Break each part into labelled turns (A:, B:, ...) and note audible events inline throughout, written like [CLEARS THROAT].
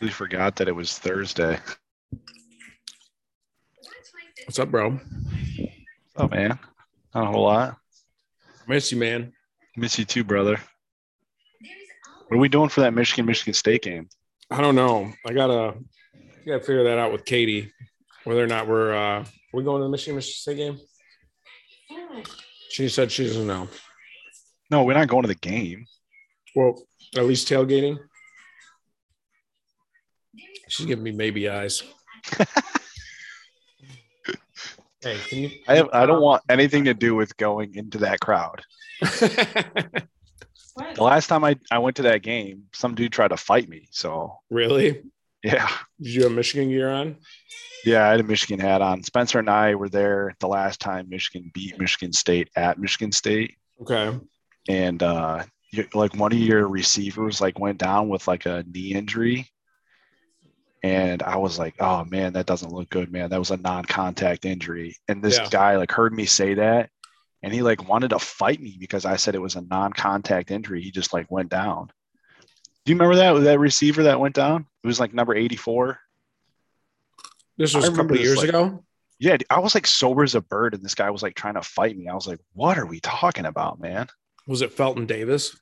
A: We forgot that it was Thursday.
B: What's up, bro?
A: Oh man, not a whole lot.
B: Miss you, man.
A: Miss you too, brother. What are we doing for that Michigan Michigan State game?
B: I don't know. I gotta gotta figure that out with Katie. Whether or not we're uh are we going to the Michigan Michigan State game? She said she doesn't know.
A: No, we're not going to the game.
B: Well, at least tailgating. She's giving me maybe eyes. hey, can you?
A: I have, I don't want anything to do with going into that crowd. The last time I, I went to that game, some dude tried to fight me. So
B: [LAUGHS] really?
A: yeah,
B: Did you have Michigan gear on?
A: yeah, I had a Michigan hat on. Spencer and I were there the last time Michigan beat Michigan State at Michigan State,
B: Okay.
A: and uh, you, like one of your receivers like went down with like a knee injury. And I was like, oh man, that doesn't look good, man. That was a non-contact injury. And this
B: Yeah.
A: guy like heard me say that and he like wanted to fight me because I said it was a non-contact injury. He just like went down. Do you remember that that receiver that went down? It was like number 84.
B: This was
A: I
B: a couple
A: remember
B: of
A: this,
B: years
A: like-
B: ago.
A: Yeah, I was like sober as a bird, and this guy was like trying to fight me. I was like, what are we talking about, man?
B: Was it Felton Davis?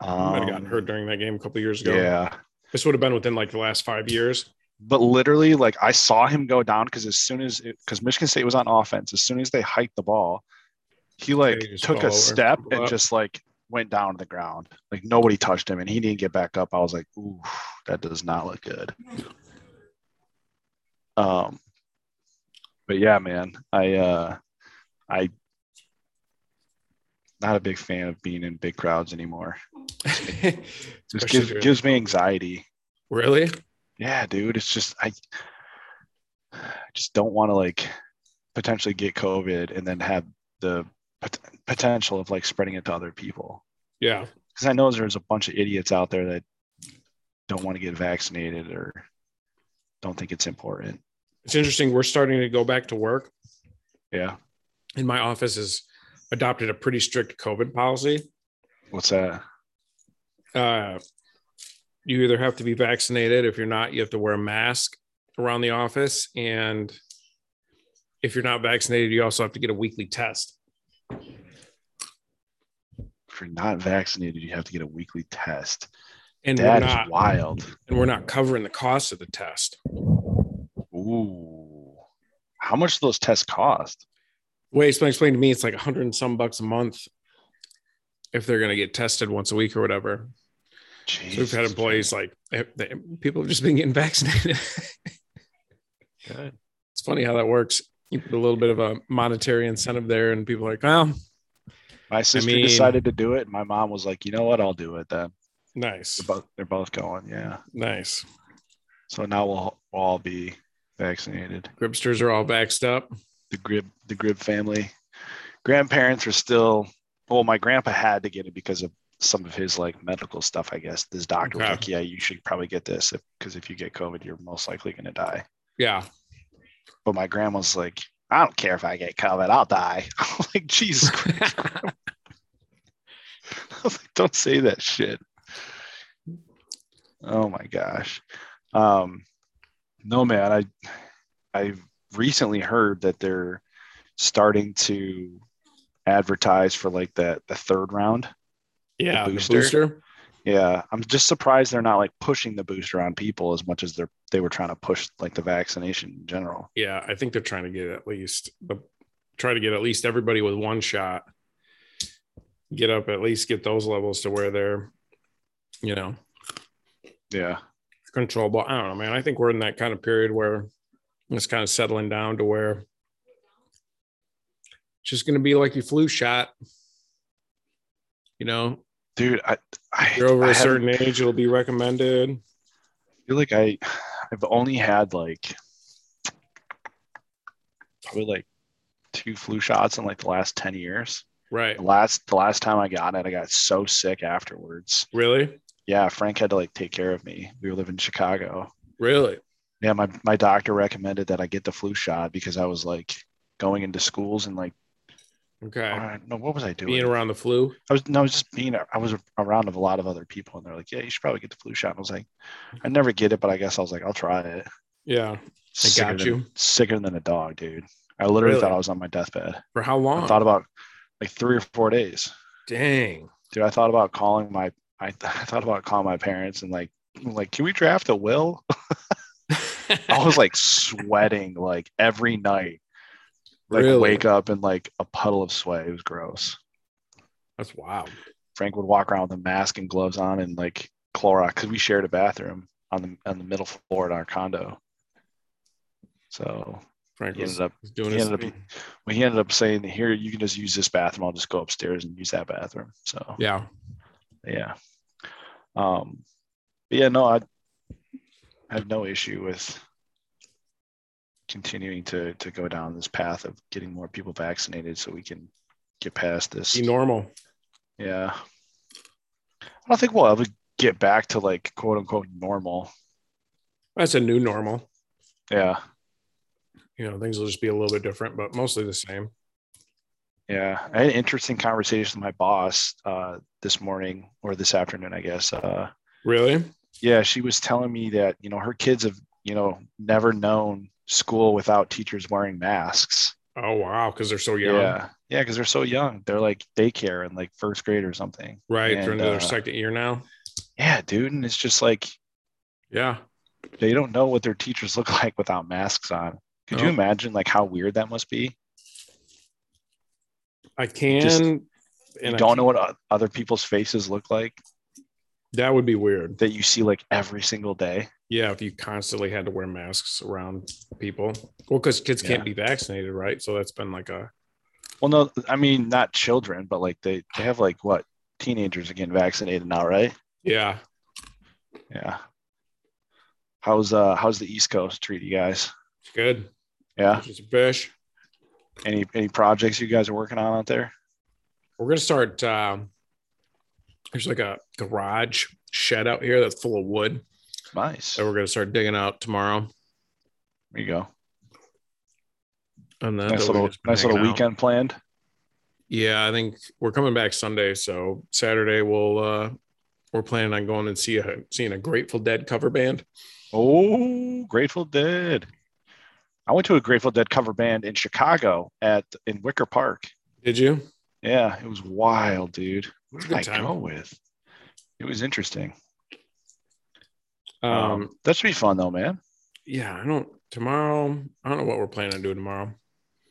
A: Um,
B: Might have gotten hurt during that game a couple of years ago.
A: Yeah.
B: This would have been within like the last five years. [LAUGHS]
A: but literally like i saw him go down because as soon as because michigan state was on offense as soon as they hiked the ball he like
B: he just
A: took
B: fell
A: a
B: over.
A: step
B: Pull
A: and
B: up.
A: just like went down to the ground like nobody touched him and he didn't get back up i was like ooh that does not look good um but yeah man i uh i not a big fan of being in big crowds anymore just
B: Especially
A: gives,
B: during-
A: gives me anxiety
B: really?
A: yeah dude it's just i I just don't want to like potentially get covid and then have the pot- potential of like spreading it to other people
B: Yeah.
A: because i know there's a bunch of idiots out there that don't want to get vaccinated or don't think it's important
B: It's interesting. We're starting to go back to work,
A: yeah
B: and my office has adopted a pretty strict COVID policy.
A: what's that
B: Uh, you either have to be vaccinated. If you're not, you have to wear a mask around the office. And if you're not vaccinated, you also have to get a weekly test.
A: if you're not vaccinated you have to get a weekly test
B: And
A: that
B: we're
A: is
B: not
A: wild
B: and we're not covering the cost of the test.
A: ooh how much do those tests cost
B: Wait, someone explained to me it's like a hundred and some bucks a month if they're gonna get tested once a week or whatever.
A: Jeez.
B: So we've had employees like eh, they- people have just been getting [LAUGHS] vaccinated. it's funny how that works. You put a little bit of a monetary incentive there, and people are like, "Well,
A: my sister
B: mean-
A: decided to do it and my mom was like you know what i'll do it then
B: nice,
A: They're both, they're both going, yeah.
B: nice."
A: So now we'll, we'll all be vaccinated.
B: Gripsters are all vaxxed up.
A: The Grib, the Grib family, grandparents are still. Well, my grandpa had to get it because of some of his like medical stuff. I guess this doctor was
B: Okay.
A: like, "Yeah, you should probably get this because if you get COVID, you're most likely going to die."
B: Yeah,
A: But my grandma's like, "I don't care if I get COVID, I'll die." [LAUGHS] I'm like, Jesus, Christ. [LAUGHS] I was like, don't say that shit. Oh my gosh. Um, no man, I I've recently heard that they're starting to advertise for like that the third round.
B: yeah. the
A: booster.
B: booster.
A: Yeah, I'm just surprised they're not like pushing the booster on people as much as they're they were trying to push like the vaccination in general.
B: Yeah, I think they're trying to get at least the try to get at least everybody with one shot. Get up at least get those levels to where they're, you know,
A: Yeah.
B: controllable. I don't know, man. I think we're in that kind of period where it's kind of settling down to where it's just going to be like your flu shot. You know,
A: Dude, I I,
B: you're over
A: I
B: a
A: haven't-
B: certain age, it'll be recommended.
A: feel like I I've only had like probably like two flu shots in like the last 10 years.
B: Right.
A: The last the last time I got it, I got so sick afterwards.
B: Really?
A: Yeah, Frank had to like take care of me. We were living in Chicago.
B: Really?
A: Yeah, my, my doctor recommended that I get the flu shot because I was like going into schools and like
B: Okay.
A: Uh, no, what was I doing?
B: Being around the flu.
A: I was no, I was just being I was around a lot of other people, and they're like, "Yeah, you should probably get the flu shot." And I was like, "I never get it, but I guess I was like, I'll try it."
B: Yeah. They
A: Sicker
B: got
A: than-
B: you.
A: sicker than a dog, dude. I literally
B: Really?
A: thought I was on my deathbed.
B: For how
A: I
B: long?
A: thought about like three or four days,
B: Dang.
A: dude. I thought about calling my I, [LAUGHS] I thought about calling my parents and like like can we draft a will? [LAUGHS]
B: [LAUGHS]
A: I was like sweating like every night. Like
B: Really?
A: wake up in like a puddle of sweat. It was gross.
B: That's wild.
A: Frank would walk around with a mask and gloves on and like Clorox because we shared a bathroom on the on the middle floor at our condo. So
B: Frank
A: he
B: was,
A: ended up
B: was doing
A: he
B: his
A: ended up-
B: thing.
A: well, he ended up saying here you can just use this bathroom. I'll just go upstairs and use that bathroom. So
B: Yeah.
A: yeah. Um but yeah, no, I have no issue with continuing to to go down this path of getting more people vaccinated so we can get past this.
B: Be normal.
A: Yeah. I don't think we'll ever get back to like quote unquote normal.
B: That's a new normal.
A: Yeah.
B: You know, things will just be a little bit different, but mostly the same.
A: Yeah. I had an interesting conversation with my boss uh, this morning or this afternoon, I guess. Uh,
B: Really?
A: yeah. She was telling me that, you know, her kids have, you know, never known school without teachers wearing masks.
B: Oh wow, because they're so young.
A: Yeah. Yeah. Cause they're so young. They're like daycare and like first grade or something.
B: Right. they're
A: And,
B: into
A: uh,
B: their second year now.
A: Yeah, dude. And it's just like,
B: Yeah.
A: they don't know what their teachers [LAUGHS] look like without masks on. Could you
B: No.
A: imagine like how weird that must be?
B: I can
A: just-
B: and
A: you
B: I
A: don't
B: can't-
A: know what o- other people's faces look like
B: that would be weird.
A: that you see like every single day.
B: Yeah, if you constantly had to wear masks around people. Well, because kids
A: Yeah.
B: can't be vaccinated, right? So that's been like a
A: Well, no, I mean not children, but like they, they have like what teenagers are getting vaccinated now, right?
B: yeah.
A: Yeah. How's uh how's the East Coast treat you guys?
B: It's good.
A: Yeah.
B: Just a fish.
A: Any any projects you guys are working on out there?
B: We're gonna start. Um, there's like a garage shed out here that's full of wood
A: Nice.
B: that we're gonna start digging out tomorrow.
A: There you go.
B: And then
A: Nice little nice little weekend planned.
B: Yeah, I think we're coming back Sunday, so Saturday we'll uh we're planning on going and see a seeing a Grateful Dead cover band.
A: Oh, Grateful Dead. I went to a Grateful Dead cover band in Chicago at in Wicker Park.
B: Did you?
A: Yeah, it was wild, dude.
B: It was a
A: I
B: good
A: go
B: time.
A: with? It was interesting.
B: Um,
A: Um, that should be fun though, man.
B: yeah, I don't tomorrow. I don't know what we're planning on doing tomorrow.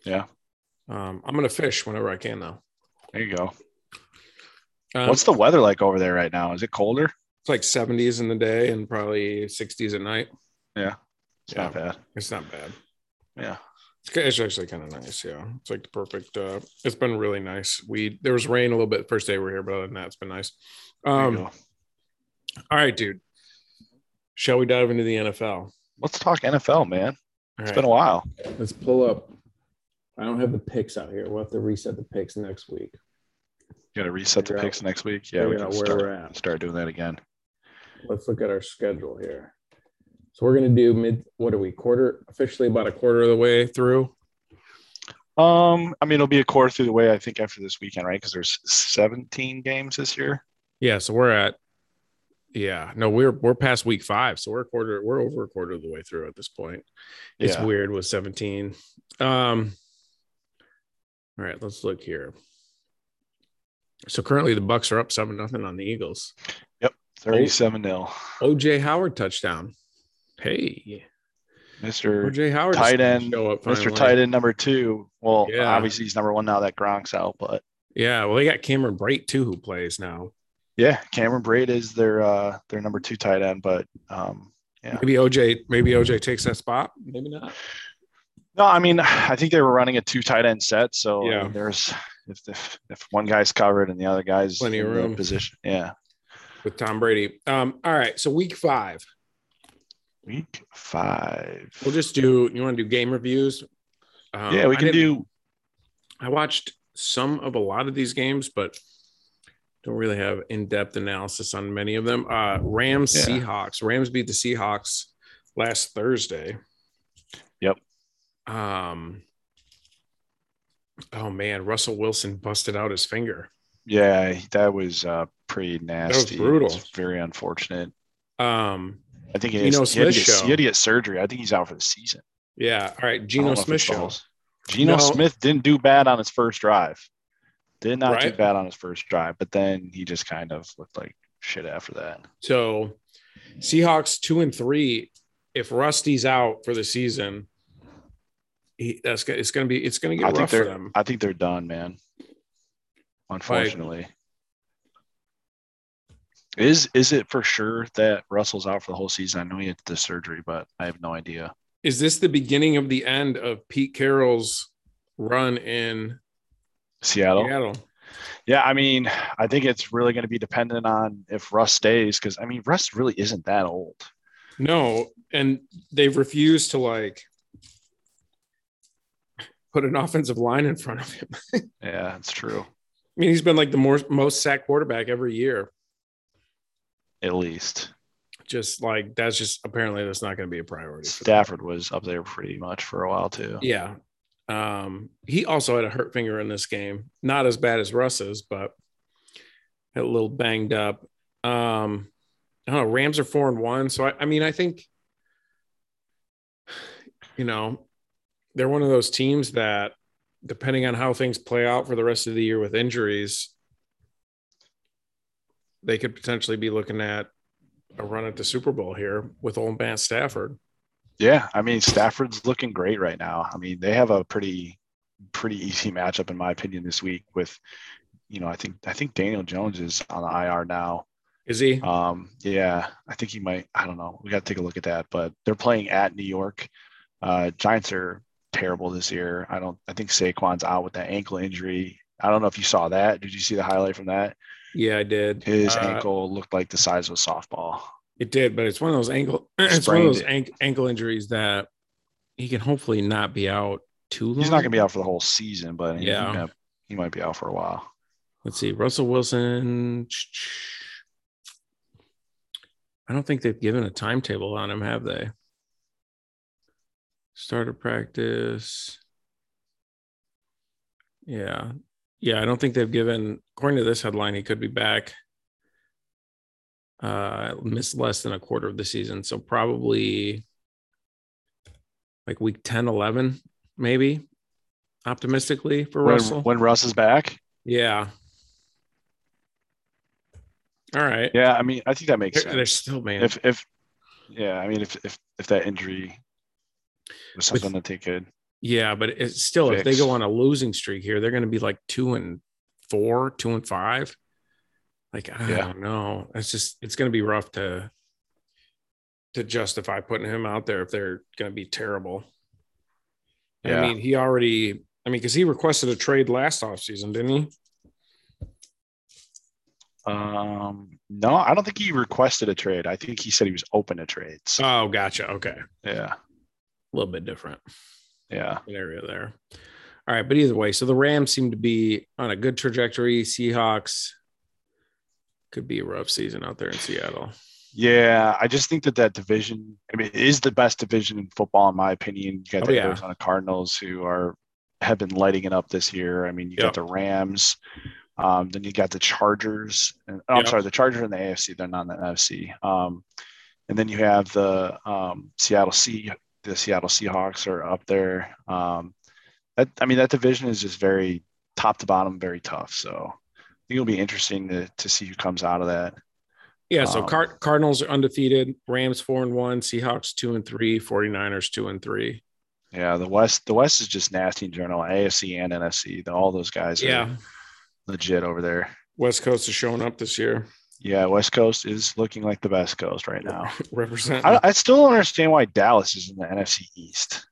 A: Yeah.
B: Um, I'm gonna fish whenever I can though.
A: There you go.
B: Um,
A: What's the weather like over there right now? Is it colder?
B: it's like 70s in the day and probably 60s at night.
A: It's
B: Yeah.
A: not bad.
B: It's not bad.
A: Yeah.
B: It's ca- It's actually kind of nice. Yeah. It's like the perfect. Uh, it's been really nice. We there was rain a little bit the first day we were here, but other than that, it's been nice.
A: There you
B: Um,
A: go.
B: all right, dude. Shall we dive into the NFL?
A: Let's talk NFL, man.
B: It's
A: It's been a while.
B: Let's pull up. I don't have the picks out here. We'll have to reset the picks next week.
A: You gotta reset the
B: Figure out-
A: picks next week. Yeah, we
B: Figure
A: can
B: out where
A: start,
B: we're at.
A: start doing that again.
B: Let's look at our schedule here. So we're gonna do mid. What are we? Quarter officially about a quarter of the way through.
A: Um, I mean, it'll be a quarter through the way, I think, after this weekend, right? Because there's 17 games this year.
B: Yeah, so we're at yeah, no, we're we're past week five, so we're a quarter, we're over a quarter of the way through at this point. It's
A: Yeah.
B: weird with 17. Um all right, let's look here. So currently the Bucks are up seven nothing on the Eagles.
A: 37 0.
B: OJ Howard touchdown. Hey,
A: Mr.
B: OJ Howard
A: tight
B: is gonna
A: end,
B: show up
A: Mr.
B: finally.
A: Tight end number two. Well,
B: Yeah.
A: obviously he's number one now that Gronk's out, but
B: Yeah, well, they got Cameron Brate too, who plays now.
A: Yeah, Cameron Braid is their uh their number two tight end, but um Yeah.
B: Maybe OJ, maybe OJ takes that spot. Maybe not.
A: no, I mean I think they were running a two tight end set, so I
B: Yeah.
A: mean, there's if, if if one guy's covered and the other guy's
B: Plenty of
A: in the
B: room.
A: position, yeah.
B: With Tom Brady. Um, all right, so week five.
A: Week five,
B: We'll just do. You want to do game reviews? Um,
A: yeah, we
B: I
A: can
B: didn't-
A: do
B: I watched some of a lot of these games, but don't really have in-depth analysis on many of them. Uh, Rams
A: Yeah.
B: Seahawks. Rams beat the Seahawks last Thursday.
A: Yep.
B: Um, Oh man, Russell Wilson busted out his finger.
A: Yeah, that was uh, pretty nasty.
B: brutal.
A: It's very unfortunate.
B: Um,
A: I think it
B: Geno
A: is. He had, to
B: Smith
A: get,
B: show.
A: he had to get surgery. I think he's out for the season.
B: yeah. All right,
A: I
B: Geno
A: don't know if
B: Smith
A: it's the
B: show.
A: whole- Geno
B: No.
A: Smith didn't do bad on his first drive. Did not do
B: Right.
A: bad on his first drive, but then he just kind of looked like shit after that.
B: So Seahawks two and three. If Rusty's out for the season, he, that's go- it's going to be it's going to
A: I
B: get
A: think
B: rough for
A: they're
B: them.
A: I think they're done, man. Unfortunately. is is it for sure that Russell's out for the whole season? I know he had the surgery, but I have no idea.
B: Is this the beginning of the end of Pete Carroll's run in
A: Seattle.
B: Seattle?
A: Yeah, I mean, I think it's really going to be dependent on if Russ stays because I mean, Russ really isn't that old.
B: No, and they've refused to like put an offensive line in front of him.
A: Yeah, that's true.
B: I mean, he's been like the more, most sack quarterback every year.
A: At least
B: Just like that's just apparently that's not going to be a priority. For them.
A: Stafford was up there pretty much for a while too.
B: Yeah. Um, he also had a hurt finger in this game. Not as bad as Russ's, but a little banged up. Um, I don't know. Rams are four and one. So I, I mean, I think you know, they're one of those teams that depending on how things play out for the rest of the year with injuries, they could potentially be looking at a run at the Super Bowl here with old man Stafford.
A: Yeah, I mean Stafford's looking great right now. I mean they have a pretty pretty easy matchup in my opinion this week with you know I think I think Daniel Jones is on the IR now.
B: Is he?
A: Um, yeah, I think he might. I don't know. We got to take a look at that. But they're playing at New York. Uh, Giants are terrible this year. I don't. I think Saquon's out with that ankle injury. I don't know if you saw that. Did you see the highlight from that?
B: yeah, I did.
A: His
B: Uh,
A: ankle looked like the size of a softball.
B: It did, but it's one of those ankle. [CLEARS THROAT] It's one of
A: Sprained
B: those
A: it.
B: ank- ankle injuries that he can hopefully not be out too long.
A: He's not gonna be out for the whole season, but he-
B: Yeah.
A: he, might, he might be out for a while.
B: Let's see, Russell Wilson. I don't think they've given a timetable on him, have they? Starter practice. Yeah, yeah. I don't think they've given. According to this headline, he could be back. Uh, missed less than a quarter of the season, so probably like week 10, 11, maybe. Optimistically for
A: When,
B: Russell.
A: when Russ is back,
B: Yeah. All right.
A: yeah, I mean, I think that makes
B: They're, they're
A: sense.
B: still man.
A: If if yeah, I mean, if if if that injury was
B: With-
A: something that they could,
B: yeah, but it's still if they
A: Fix.
B: go on a losing streak here, they're going to be like two and four, two and five. Like I
A: Yeah.
B: don't know. It's just it's going to be rough to to justify putting him out there if they're going to be terrible. And
A: yeah,
B: I mean, he already. I mean, because he requested a trade last offseason, didn't he?
A: Um, no, I don't think he requested a trade. I think he said he was open to trades.
B: Oh, gotcha. Okay, a
A: Yeah,
B: little bit different.
A: yeah,
B: area there. All right, but either way, so the Rams seem to be on a good trajectory. Seahawks could be a rough season out there in Seattle.
A: yeah. I just think that that division, I mean, it is the best division in football, in my opinion. You got
B: Oh,
A: the
B: yeah.
A: Arizona Cardinals, who are have been lighting it up this year. I mean, you
B: Yep.
A: got the Rams, um, then you got the Chargers. And, oh, I'm
B: Yep.
A: sorry, the Chargers and the AFC. They're not in the NFC. Um, and then you have the um, Seattle Sea. The Seattle Seahawks are up there. Um, that I mean, that division is just very top to bottom, very tough. So I think it'll be interesting to, to see who comes out of that.
B: Yeah, so
A: Um,
B: Card- Cardinals are undefeated, Rams 4 and 1, Seahawks 2 and 3, 49ers 2 and 3.
A: Yeah, the West, the West is just nasty in general. AFC and NFC, the, all those guys are
B: Yeah,
A: legit over there.
B: West Coast is showing up this year.
A: Yeah, West Coast is looking like the best coast right
B: [LAUGHS]
A: now.
B: Represent.
A: I, I still don't understand why Dallas is in the NFC East,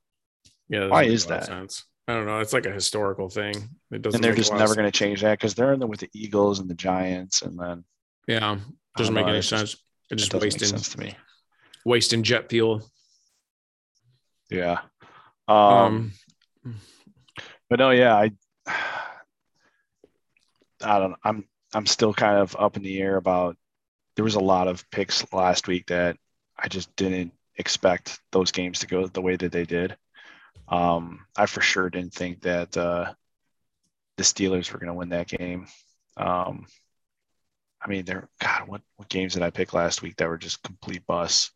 B: yeah, that
A: why
B: doesn't make
A: is
B: a lot of
A: that?
B: Sense. I don't know. It's like a historical thing. It doesn't.
A: and they're
B: make a
A: just
B: lot of
A: never
B: sense.
A: going to change that because they're in the with the Eagles and the Giants, and then
B: Yeah, doesn't
A: I don't
B: make
A: know,
B: any
A: it's just-
B: sense. It's
A: it
B: just
A: doesn't make
B: wasting
A: sense to me.
B: wasting jet fuel.
A: Yeah. um
B: Um,
A: But no, yeah, I, [SIGHS] I don't. I'm I'm still kind of up in the air about. There was a lot of picks last week that I just didn't expect those games to go the way that they did. Um, I for sure didn't think that uh, the Steelers were going to win that game. Um, I mean, they're God. What what games did I pick last week that were just complete bust?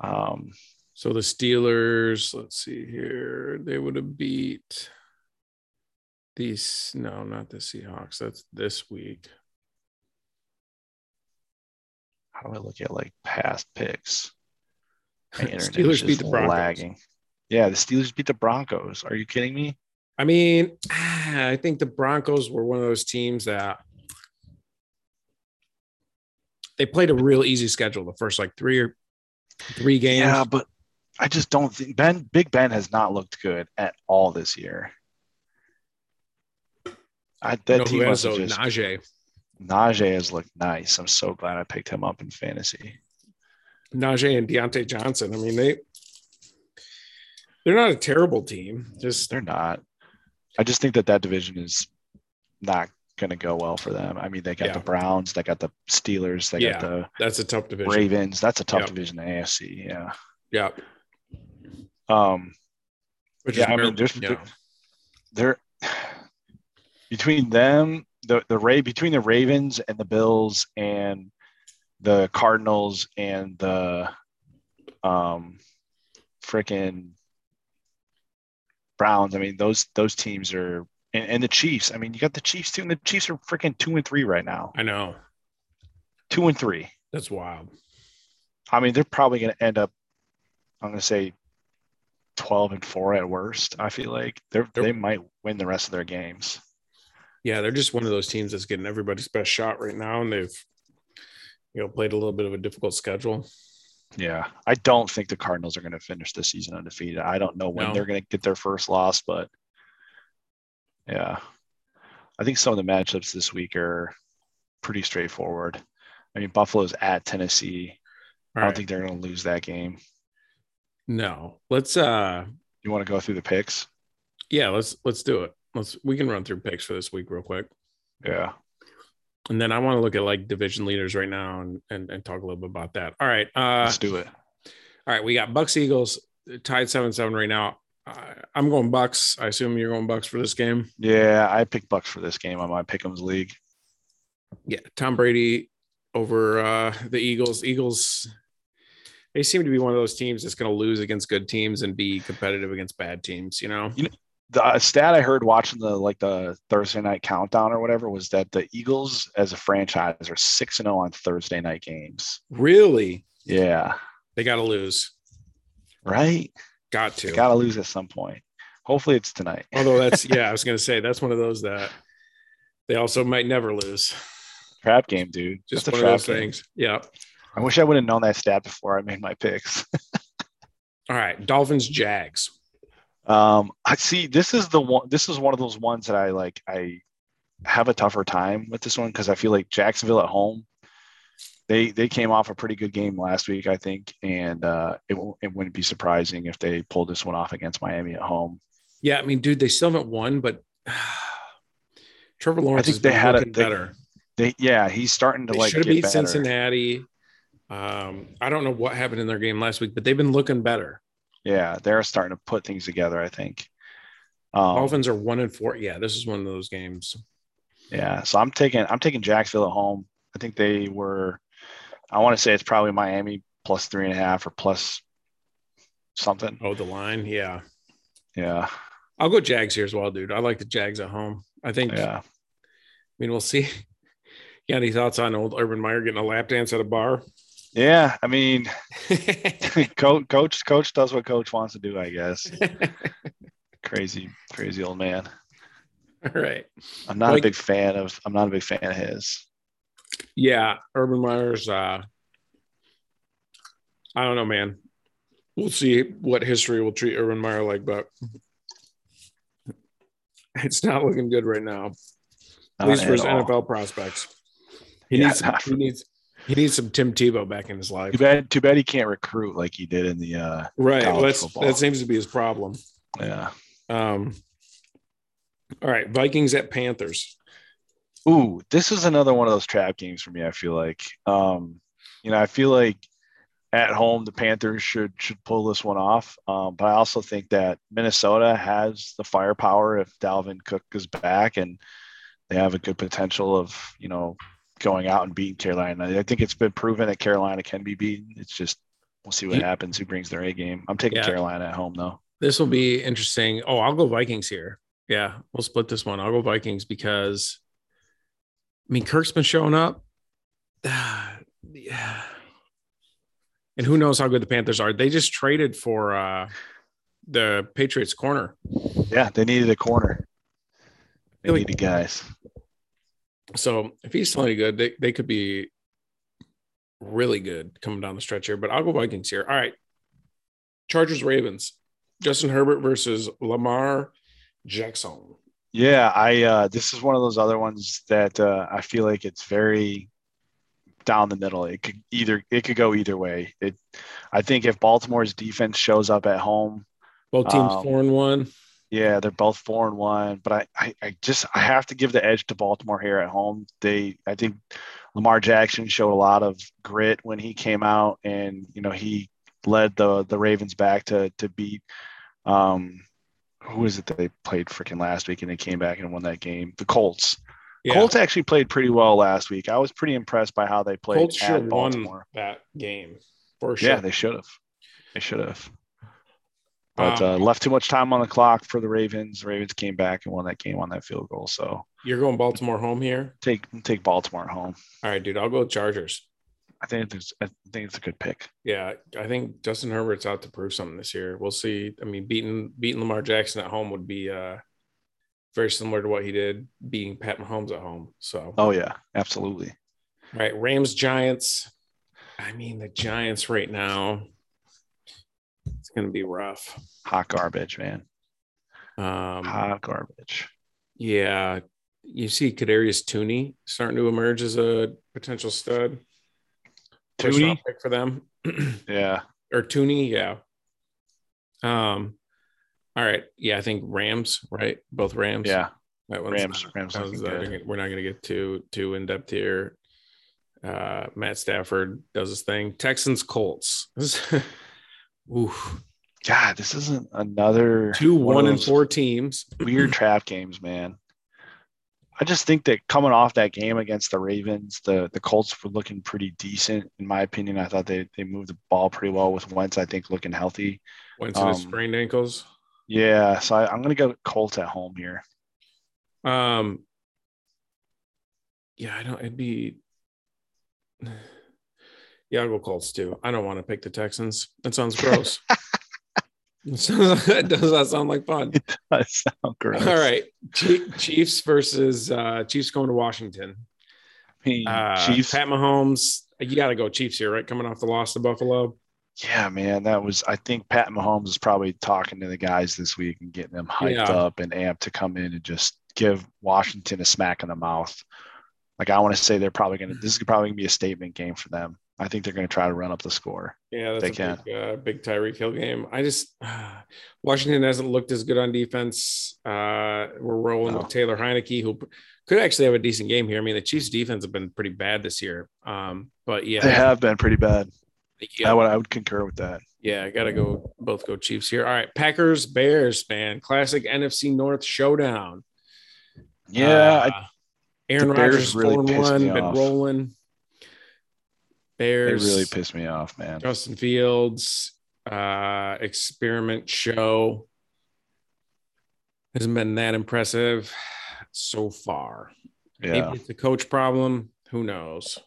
A: Um,
B: So the Steelers, let's see here, they would have beat these. No, not the Seahawks. That's this week.
A: how do I look at like past picks?
B: [LAUGHS]
A: My internet's
B: Steelers beat
A: just
B: the Broncos.
A: Yeah, the Steelers beat the Broncos. Are you kidding me?
B: I mean, ah, I think the Broncos were one of those teams that they played a real easy schedule the first like three or three games.
A: Yeah, but I just don't think Ben Big Ben has not looked good at all this year. I that
B: you know who
A: team
B: has
A: must
B: though?
A: have just
B: Najee.
A: Najee has looked nice. I'm so glad I picked him up in fantasy.
B: Najee and Deontay Johnson. I mean, they they're not a terrible team. Just
A: They're not. I just think that that division is not going to go well for them. I mean, they got
B: Yeah.
A: the Browns, they got the Steelers, they
B: Yeah.
A: got the
B: that's a tough division.
A: Ravens. That's a tough
B: Yep.
A: division, the AFC. Yeah.
B: Yeah.
A: Um,
B: Which
A: Yeah, I mean,
B: weird.
A: there's-
B: yeah.
A: they're between them, the the Ray between the Ravens and the Bills and the Cardinals and the um freaking Browns. I mean, those those teams are and, and the Chiefs. I mean, you got the Chiefs too, and the Chiefs are freaking two and three right now.
B: I know.
A: Two and three.
B: That's wild.
A: I mean, they're probably going to end up. I'm going to say twelve and four at worst. I feel like they're
B: They're-
A: they might win the rest of their games.
B: Yeah, they're just one of those teams that's getting everybody's best shot right now, and they've you know played a little bit of a difficult schedule.
A: Yeah, I don't think the Cardinals are going to finish the season undefeated. I don't know when
B: No.
A: they're going to get their first loss, but yeah, I think some of the matchups this week are pretty straightforward. I mean, Buffalo's at Tennessee. I
B: All
A: don't
B: right.
A: think they're going to lose that game.
B: no. Let's uh
A: You want to go through the picks?
B: yeah, let's let's do it. Let's we can run through picks for this week real quick.
A: Yeah.
B: And then I want to look at like division leaders right now and and, and talk a little bit about that. All right. Uh
A: Let's do it.
B: all right, we got Bucks Eagles tied 7-7 right now. Uh, I'm going Bucks. I assume you're going Bucks for this game.
A: Yeah, I picked Bucks for this game on my Pick'ems league.
B: yeah, Tom Brady over uh, the Eagles. Eagles, they seem to be one of those teams that's going to lose against good teams and be competitive against bad teams. You know,
A: the uh, stat I heard watching the like the Thursday night countdown or whatever was that the Eagles as a franchise are six and zero on Thursday night games.
B: really,
A: Yeah,
B: they got to lose.
A: right.
B: Got to.
A: Got to lose at some point. Hopefully it's tonight.
B: [LAUGHS] Although that's yeah, I was going to say that's one of those that they also might never lose.
A: Trap game, dude.
B: Just
A: That's
B: one
A: a
B: of
A: trap
B: those
A: game.
B: things. Yeah.
A: I wish I would have known that stat before I made my picks. [LAUGHS]
B: All right, Dolphins Jags.
A: Um, I see. This is the one. This is one of those ones that I like. I have a tougher time with this one because I feel like Jacksonville at home. They they came off a pretty good game last week, I think, and uh, it won't- it wouldn't be surprising if they pulled this one off against Miami at home.
B: Yeah, I mean, dude, they still haven't won, but. [SIGHS] Trevor Lawrence
A: think
B: has been
A: they had a-
B: looking
A: they-
B: better.
A: They yeah, he's starting to
B: They
A: like
B: should
A: get
B: have beat
A: better.
B: Cincinnati. Um, I don't know what happened in their game last week, but they've been looking better.
A: Yeah, they're starting to put things together. I think. Um,
B: Dolphins are one and four. Yeah, this is one of those games.
A: Yeah, so I'm taking I'm taking Jacksonville at home. I think they were. I want to say it's probably Miami plus three and a half or plus something.
B: Oh, the line. Yeah,
A: Yeah,
B: I'll go Jags here as well, dude. I like the Jags at home. I think. I
A: yeah.
B: mean, we'll see. [LAUGHS] You got any thoughts on old Urban Meyer getting a lap dance at a bar? [LAUGHS]
A: Yeah, I mean, [LAUGHS] coach, coach, coach does what coach wants to do, I
B: [LAUGHS]
A: guess.
B: All
A: Crazy, crazy old man.
B: right.
A: I'm not
B: Like-
A: a big fan of. I'm not a big fan of his.
B: Yeah, Urban Meyer's. Uh, I don't know, man. We'll see what history will treat Urban Meyer like, but it's not looking good right now. At
A: Not
B: least for
A: at
B: his
A: all.
B: NFL prospects. He
A: Yeah,
B: needs. Some,
A: [LAUGHS] not
B: he needs. He needs some Tim Tebow back in his life.
A: Too bad. Too bad he can't recruit like he did in the. uh
B: Right.
A: college
B: That's,
A: football.
B: that seems to be his problem.
A: Yeah.
B: Um, all right, Vikings at Panthers.
A: Ooh, this is another one of those trap games for me. I feel like, um, you know, I feel like at home the Panthers should should pull this one off. Um, but I also think that Minnesota has the firepower if Dalvin Cook is back, and they have a good potential of you know going out and beating Carolina. I think it's been proven that Carolina can be beaten. It's just we'll see what
B: Yeah.
A: happens. Who brings their A game? I'm taking
B: Yeah.
A: Carolina at home though.
B: This will be interesting. Oh, I'll go Vikings here. Yeah, we'll split this one. I'll go Vikings because I mean Kirk's been showing up. [SIGHS] yeah. And who knows how good the Panthers are. They just traded for uh the Patriots corner.
A: Yeah, they needed a corner. They
B: Feel like-
A: needed guys.
B: So if he's plenty good, they, they could be really good coming down the stretch here. But I'll go Vikings here. All right. Chargers Ravens. Justin Herbert versus Lamar Jackson.
A: Yeah, I uh, this is one of those other ones that uh, I feel like it's very down the middle. It could either it could go either way. It I think if Baltimore's defense shows up at home,
B: Both teams
A: Um,
B: four and one.
A: yeah, they're both four and one. But I, I, I just I have to give the edge to Baltimore here at home. They I think Lamar Jackson showed a lot of grit when he came out and you know he led the the Ravens back to to beat um who is it that they played freaking last week and they came back and won that game? The Colts.
B: Yeah.
A: Colts actually played pretty well last week. I was pretty impressed by how they played
B: Colts should
A: at
B: have won
A: Baltimore.
B: that game for sure.
A: Yeah, they should have. They should have. But
B: Um,
A: uh, left too much time on the clock for the Ravens. The Ravens came back and won that game on that field goal. So
B: You're going Baltimore home here.
A: take take Baltimore at home.
B: All right, dude. I'll go Chargers.
A: I think it's I think it's a good pick.
B: Yeah, I think Justin Herbert's out to prove something this year. We'll see. I mean, beating beating Lamar Jackson at home would be uh very similar to what he did beating Pat Mahomes at home. So, all
A: Oh yeah, absolutely.
B: right, Rams Giants. I mean, the Giants right now. It's going to be rough.
A: Hot garbage, man.
B: Um,
A: Hot garbage.
B: Yeah, you see Kadarius Tooney starting to emerge as a potential stud. First round
A: Tootie?
B: pick for them [CLEARS THROAT]
A: Yeah.
B: or Tooney, yeah. Um, all right, yeah, I think Rams, right? Both Rams,
A: Yeah.
B: That one's
A: Rams.
B: not-
A: Rams
B: that one's
A: looking
B: not
A: good.
B: gonna- we're not going to get too too in depth here. Uh, Matt Stafford does his thing. Texans Colts. [LAUGHS] This is- Oof.
A: God, this isn't another
B: Two
A: one of
B: one and
A: those-
B: four teams.
A: weird trap games, man. I just think that coming off that game against the Ravens, the the Colts were looking pretty decent, in my opinion. I thought they they moved the ball pretty well with Wentz. I think looking healthy.
B: Wentz and his
A: Um,
B: sprained ankles.
A: Yeah, so I, I'm gonna go Colts at home here. [LAUGHS]
B: Um, yeah, I don't. It'd be. [SIGHS] Yeah, I'll go Colts too. I don't want to pick the Texans. That sounds gross. [LAUGHS] That sounds- that does not sound like fun.
A: That sounds [LAUGHS] gross.
B: All right, Chi- Chiefs versus uh, Chiefs going to Washington.
A: I mean,
B: Uh,
A: Mm, Chiefs.
B: Pat Mahomes. You got to go Chiefs here, right? Coming off the loss to Buffalo.
A: Yeah, man, that was. I think Pat Mahomes is probably talking to the guys this week and getting them hyped
B: Yeah.
A: up and amped to come in and just give Washington a smack in the mouth. Like I want to say, they're probably
B: Mm-hmm.
A: going to. This is probably going to be a statement game for them. I think they're going to try to run up the score.
B: Yeah, that's
A: They
B: a big, uh, big Tyreek Hill game. I just [SIGHS] Washington hasn't looked as good on defense. Uh, we're rolling
A: No.
B: with Taylor Heineke, who could actually have a decent game here. I mean, the Chiefs' defense have been pretty bad this year. Um, but
A: They
B: yeah,
A: have been pretty bad. I
B: yeah, Uh,
A: would I would concur with that.
B: yeah, I gotta go. Both go Chiefs here. All right, Packers, Bears, man, classic NFC North showdown.
A: Yeah, I,
B: Uh, Aaron
A: the Bears
B: Rodgers
A: really
B: four and
A: pissed
B: one,
A: me
B: been
A: off.
B: rolling.
A: they
B: Bears
A: really pissed me off, man.
B: Justin Fields uh, experiment show hasn't been that impressive so far.
A: Yeah,
B: Maybe it's a coach problem. Who knows?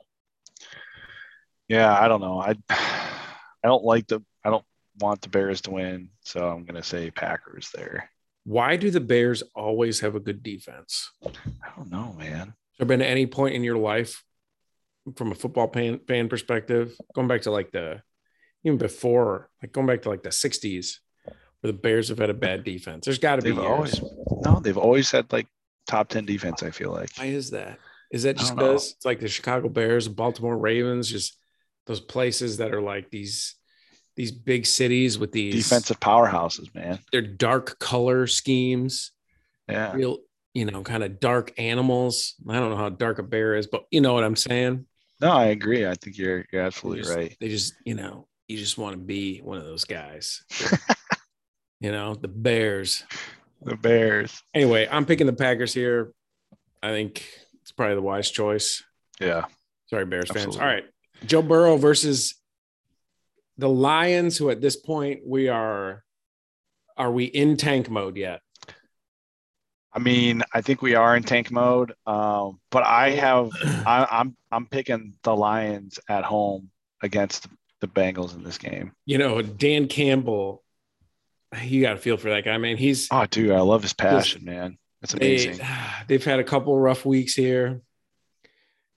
A: yeah. I don't know. I I don't like the. I don't want the Bears to win, so I'm going to say Packers there.
B: Why do the Bears always have a good defense?
A: I don't know, man.
B: there been any point in your life from a football pan, fan perspective, going back to like the even before, like going back to like the 60s, where the Bears have had a bad defense? There's got to be
A: They've
B: years.
A: always no. They've always had like top ten defense. I feel like.
B: Why is that? Is that
A: I
B: just
A: don't know.
B: because it's like the Chicago Bears, Baltimore Ravens, just those places that are like these these big cities with these
A: defensive powerhouses, man.
B: their dark color schemes,
A: Yeah.
B: real you know, kind of dark animals. I don't know how dark a bear is, but you know what I'm saying.
A: No, I agree. I think you're you're
B: They
A: absolutely
B: just-
A: right.
B: They just you know you just want to be one of
A: [LAUGHS]
B: those guys. you know, the Bears.
A: The Bears.
B: Anyway, I'm picking the Packers here. I think it's probably the wise choice.
A: Yeah.
B: Sorry, Bears fans.
A: Absolutely.
B: All right. Joe Burrow versus the Lions, who at this point we are are we in tank mode yet?
A: I mean, I think we are in tank mode. Um, but I have I, I'm I'm picking the Lions at home against the Bengals in this game.
B: You know, Dan Campbell, you got to feel for that guy, man. He's
A: Oh, dude, I love his passion, man. It's amazing.
B: They, [SIGHS] they've had a couple rough weeks here.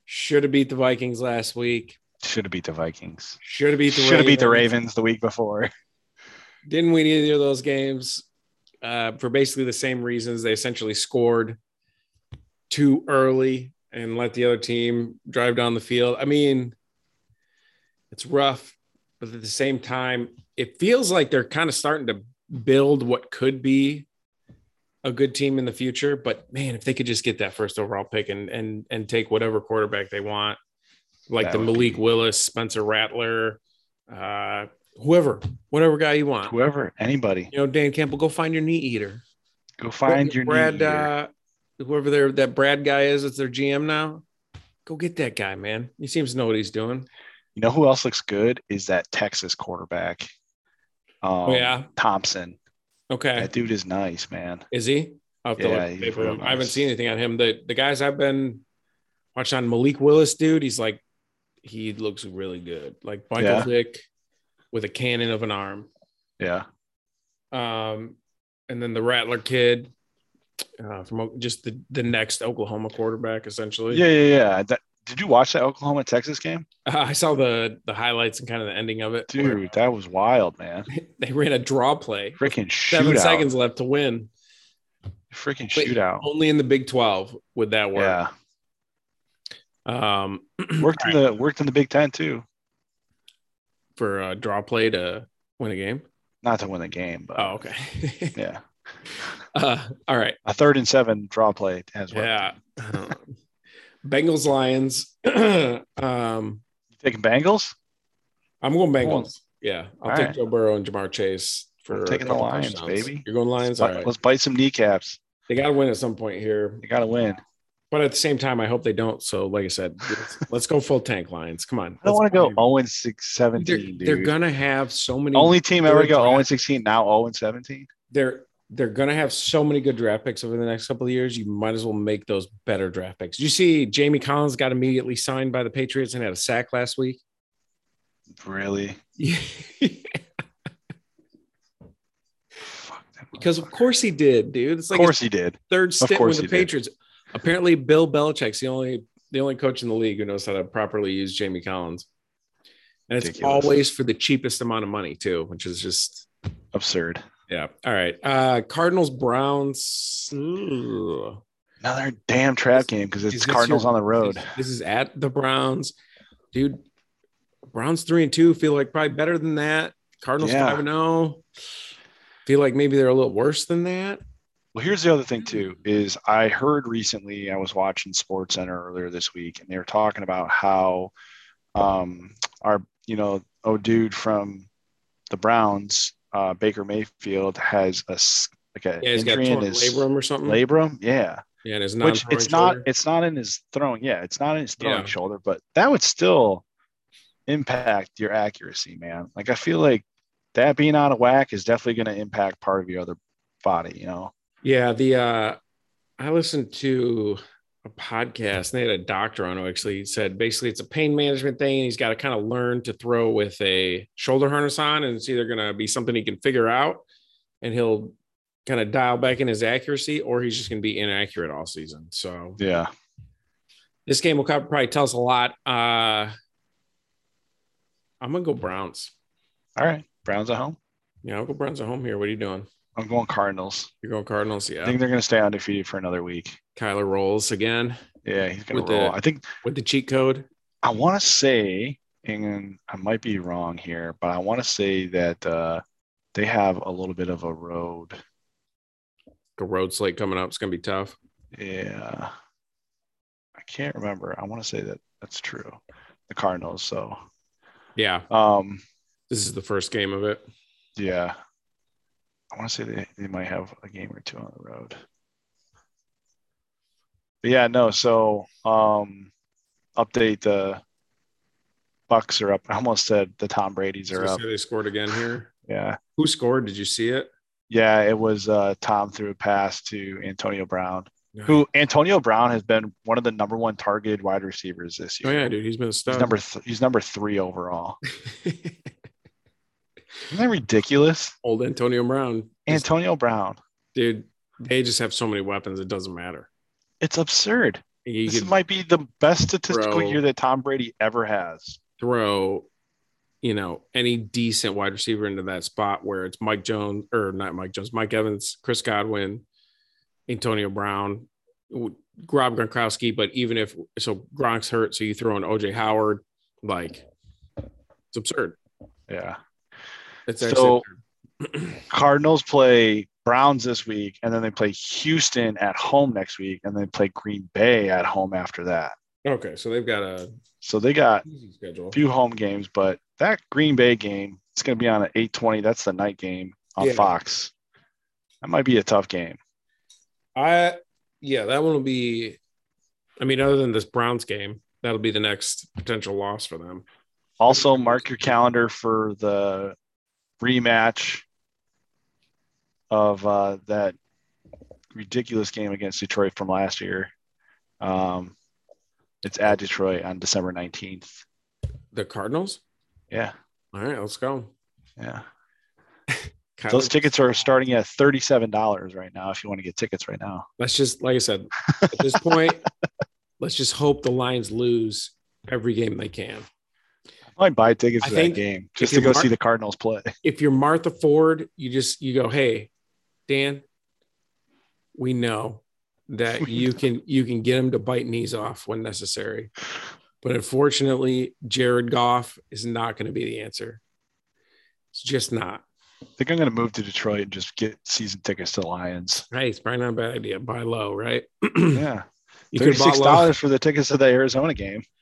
B: Should have beat the Vikings last week.
A: Should have beat the Vikings.
B: Should have beat the
A: Should have beat the Ravens the week before. [LAUGHS]
B: Didn't win either of those games uh, for basically the same reasons. They essentially scored too early and let the other team drive down the field. I mean, it's rough, but at the same time, it feels like they're kind of starting to build what could be a good team in the future. But man, if they could just get that first overall pick and and and take whatever quarterback they want, like
A: That
B: the
A: would be-
B: Malik Willis, Spencer Rattler, uh, whoever, whatever guy you want.
A: Whoever, anybody,
B: You know, Dan Campbell, go find your knee eater.
A: go find your
B: Brad,
A: need here.
B: uh, whoever their that Brad guy is, that's their GM now. Go get that guy, man. He seems to know what he's doing.
A: You know who else looks good is that Texas quarterback. Um,
B: oh yeah,
A: Thompson.
B: okay.
A: That dude is nice, man.
B: Is he? I have to
A: Yeah,
B: look
A: he's
B: for
A: real
B: him. I haven't
A: nice.
B: seen anything on him. The the guys I've been watching on Malik Willis, dude, he's like he looks really good, like Michael
A: Yeah.
B: Vick with a cannon of an arm.
A: Yeah.
B: Um, and then the Rattler kid uh, from O- just the the next Oklahoma quarterback, essentially.
A: Yeah, yeah, yeah. That- did you watch that Oklahoma Texas game?
B: [LAUGHS] I saw the the highlights and kind of the ending of it. where
A: Dude, that was wild,
B: [LAUGHS]
A: man.
B: they ran a draw play,
A: Freaking
B: seven
A: shootout.
B: seconds left to win.
A: Freaking
B: Wait,
A: shootout.
B: Only in the Big Twelve would that work.
A: Yeah.
B: Um,
A: Worked in the worked in the Big Ten too.
B: for a draw play to win a game.
A: Not to win the game, but
B: Oh, okay. [LAUGHS]
A: yeah.
B: uh, all right.
A: A third and seven draw play as well.
B: Yeah. Um, Bengals Lions. [CLEARS THROAT] um,
A: You taking Bengals?
B: I'm going Bengals.
A: Cool.
B: Yeah, I'll
A: All
B: take
A: right.
B: Joe Burrow and Jamar Chase for
A: I'm
B: a
A: taking the
B: couple
A: Lions,
B: touchdowns.
A: baby.
B: You're going Lions. All
A: Let's,
B: right.
A: let's bite some kneecaps.
B: They got to win at some point here.
A: You gotta win.
B: But at the same time, I hope they don't. So, like
A: [LAUGHS]
B: I said, let's, let's go full tank Lions. Come on.
A: I don't want to go
B: Let's-
A: 0 6 17,
B: They're, they're
A: dude.
B: gonna have so many.
A: Only team
B: they're
A: ever go
B: draft-
A: 0 16, now 0 17.
B: they're they're gonna have so many good draft picks over the next couple of years. You might as well make those better draft picks. You see, Jamie Collins got immediately signed by the Patriots and had a sack last week.
A: Really?
B: [LAUGHS] because
A: Fuck that
B: of
A: motherfucker.
B: course he did, dude. It's
A: of
B: like his
A: course he did.
B: third stint
A: course
B: with the
A: he did.
B: Patriots. Apparently, Bill Belichick's the only the only coach in the league who knows how to properly use Jamie Collins, and it's
A: Ridiculous.
B: always for the cheapest amount of money too, which is just
A: Absurd.
B: Yeah. All right. Uh Cardinals Browns. Ooh.
A: Another damn trap game because
B: Is
A: it's
B: this
A: Cardinals
B: your-
A: on the road.
B: This, this is at the Browns. Dude, Browns 3 and 2 feel like probably better than that. Cardinals
A: Yeah.
B: 5 and 0 feel like maybe they're a little worse than that.
A: Well, here's the other thing too is I heard recently I was watching Sports Center earlier this week, and they were talking about how um, our you know oh dude from the Browns, uh, Baker Mayfield has a s- like a
B: Yeah, he's got
A: injury in
B: torn
A: his
B: labrum or something.
A: labrum, yeah,
B: yeah, and his
A: which
B: non-throwing
A: it's not
B: shoulder.
A: it's not in his throwing, yeah, it's not in his throwing
B: Yeah.
A: shoulder, but that would still impact your accuracy, man. Like I feel like that being out of whack is definitely going to impact part of your other body, you know.
B: Yeah, the uh I listened to a podcast and they had a doctor on who actually said basically it's a pain management thing and he's got to kind of learn to throw with a shoulder harness on and it's either going to be something he can figure out and he'll kind of dial back in his accuracy or he's just going to be inaccurate all season. So
A: Yeah.
B: this game will probably tell us a lot. Uh I'm going to go Browns.
A: All right. Browns at home.
B: Yeah, I'll go Browns at home here. What are you doing?
A: I'm going Cardinals.
B: You're going Cardinals.
A: I
B: Yeah.
A: think they're going to stay undefeated for another week.
B: Kyler rolls again
A: Yeah, he's going
B: With
A: to roll.
B: the-
A: I think
B: with the cheat code.
A: I want to say, and I might be wrong here, but I want to say that uh, they have a little bit of a road.
B: The road slate coming up. It's going to be tough.
A: Yeah, I can't remember. I want to say that that's true. The Cardinals. So,
B: Yeah.
A: um,
B: This is the first game of it.
A: Yeah. I want to say they, they might have a game or two on the road. But yeah, no. So um update the Bucks are up. I almost said the Tom Brady's
B: So
A: are
B: you
A: up.
B: say they scored again here.
A: Yeah.
B: Who scored? Did you see it?
A: Yeah, it was uh Tom threw a pass to Antonio Brown. Who Antonio Brown has been one of the number one targeted wide receivers this
B: Oh
A: year.
B: yeah, dude, he's been a stud.
A: He's number th- he's number three overall. Isn't that
B: [LAUGHS]
A: ridiculous?
B: [LAUGHS] Old Antonio Brown. Just-
A: Antonio Brown.
B: dude, they just have so many weapons. It doesn't matter.
A: It's absurd.
B: You
A: This
B: could
A: might be the best statistical
B: Bro.
A: year that Tom Brady ever has.
B: throw, you know, any decent wide receiver into that spot where it's Mike Jones or not Mike Jones, Mike Evans, Chris Godwin, Antonio Brown, w- Rob Gronkowski. But even if so, Gronk's hurt, so you throw in OJ Howard, like it's absurd.
A: Yeah.
B: It's
A: So-
B: actually [CLEARS THROAT] absurd.
A: Cardinals play Browns this week, and then they play Houston at home next week, and they play Green Bay at home after that.
B: okay. So they've got a
A: So they got
B: easy schedule.
A: a few home games, but that Green Bay game, it's going to be on at 820. That's the night game on
B: Yeah.
A: Fox. That might be a tough game.
B: I yeah, that one will be. I mean, other than this Browns game, that'll be the next potential loss for them.
A: Also, mark your calendar for the rematch of uh, that ridiculous game against Detroit from last year. Um, it's at Detroit on December 19th.
B: The Cardinals.
A: Yeah.
B: All right, let's go.
A: Yeah.
B: Kyler-
A: Those tickets are starting at $37 right now if you want to get tickets right now.
B: Let's just, like I said, at this point, let's just hope the Lions lose every game they can.
A: I might buy tickets
B: I
A: to
B: think
A: that game just
B: you
A: to go
B: mark-
A: see the Cardinals play. [LAUGHS]
B: If you're Martha Ford, you just you go, hey, Dan, we know that you can you can get him to bite knees off when necessary, but unfortunately, Jared Goff is not going to be the answer. It's just not.
A: I think I'm going to move to Detroit and just get season tickets to the Lions.
B: Hey, it's probably not a bad idea. Buy low, right? [CLEARS THROAT]
A: Yeah.
B: you could buy low.
A: $36 Hmm. for the tickets to the Arizona game.
B: [LAUGHS]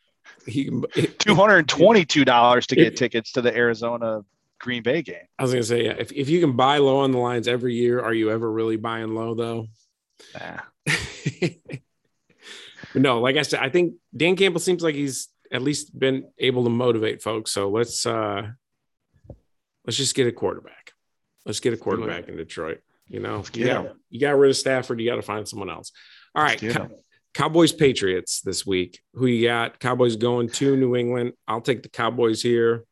B: You can-
A: $222 to
B: If-
A: get tickets to the Arizona Green Bay game.
B: I was gonna say, yeah, if, if you can buy low on the lines every year, are you ever really buying low though? [LAUGHS]
A: Nah.
B: no, like I said, I think Dan Campbell seems like he's at least been able to motivate folks. So let's uh let's just get a quarterback. Let's get a quarterback in Detroit. You know, you
A: get
B: got, you got rid of Stafford, you gotta find someone else. All right,
A: Let's do
B: Cow-
A: it.
B: Cowboys Patriots this week. Who you got? Cowboys going to New England. I'll take the Cowboys here.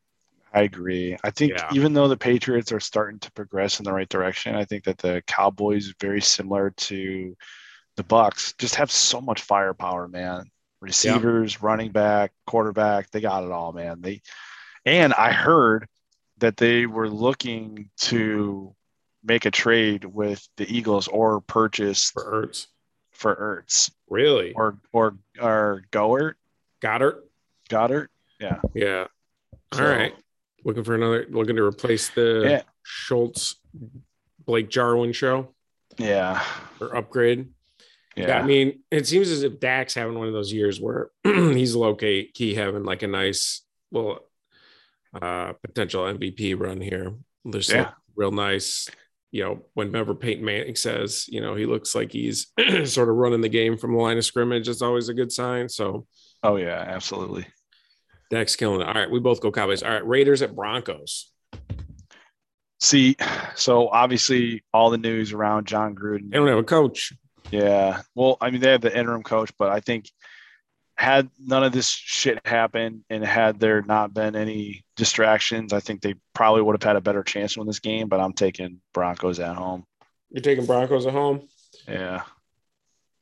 A: I agree. I think
B: Yeah.
A: even though the Patriots are starting to progress in the right direction, I think that the Cowboys, very similar to the Bucks, just have so much firepower, man. Receivers, running back, quarterback, they got it all, man. They and I heard that they were looking to make a trade with the Eagles or purchase
B: For Ertz.
A: for Ertz
B: Really?
A: or or or Goert,
B: Goddard?
A: Goddard.
B: Yeah. All
A: So-
B: right. Looking for another, looking to replace the
A: Yeah.
B: Schultz Blake Jarwin show
A: Yeah.
B: or upgrade.
A: Yeah.
B: I mean, it seems as if Dak's having one of those years where [CLEARS THROAT] he's low key, key having like a nice, well, uh, potential MVP run here. There's
A: Yeah.
B: like real nice, you know, whenever Peyton Manning says, you know, he looks like he's [CLEARS THROAT] sort of running the game from the line of scrimmage. It's always a good sign. So
A: Oh yeah, absolutely.
B: Dak's killing it. All right. We both go Cowboys. All right. Raiders at Broncos.
A: See, so obviously all the news around John Gruden.
B: They don't have a coach.
A: Yeah. Well, I mean, they have the interim coach, but I think had none of this shit happened and had there not been any distractions, I think they probably would have had a better chance to win this game, but I'm taking Broncos at home.
B: You're taking Broncos at home?
A: Yeah.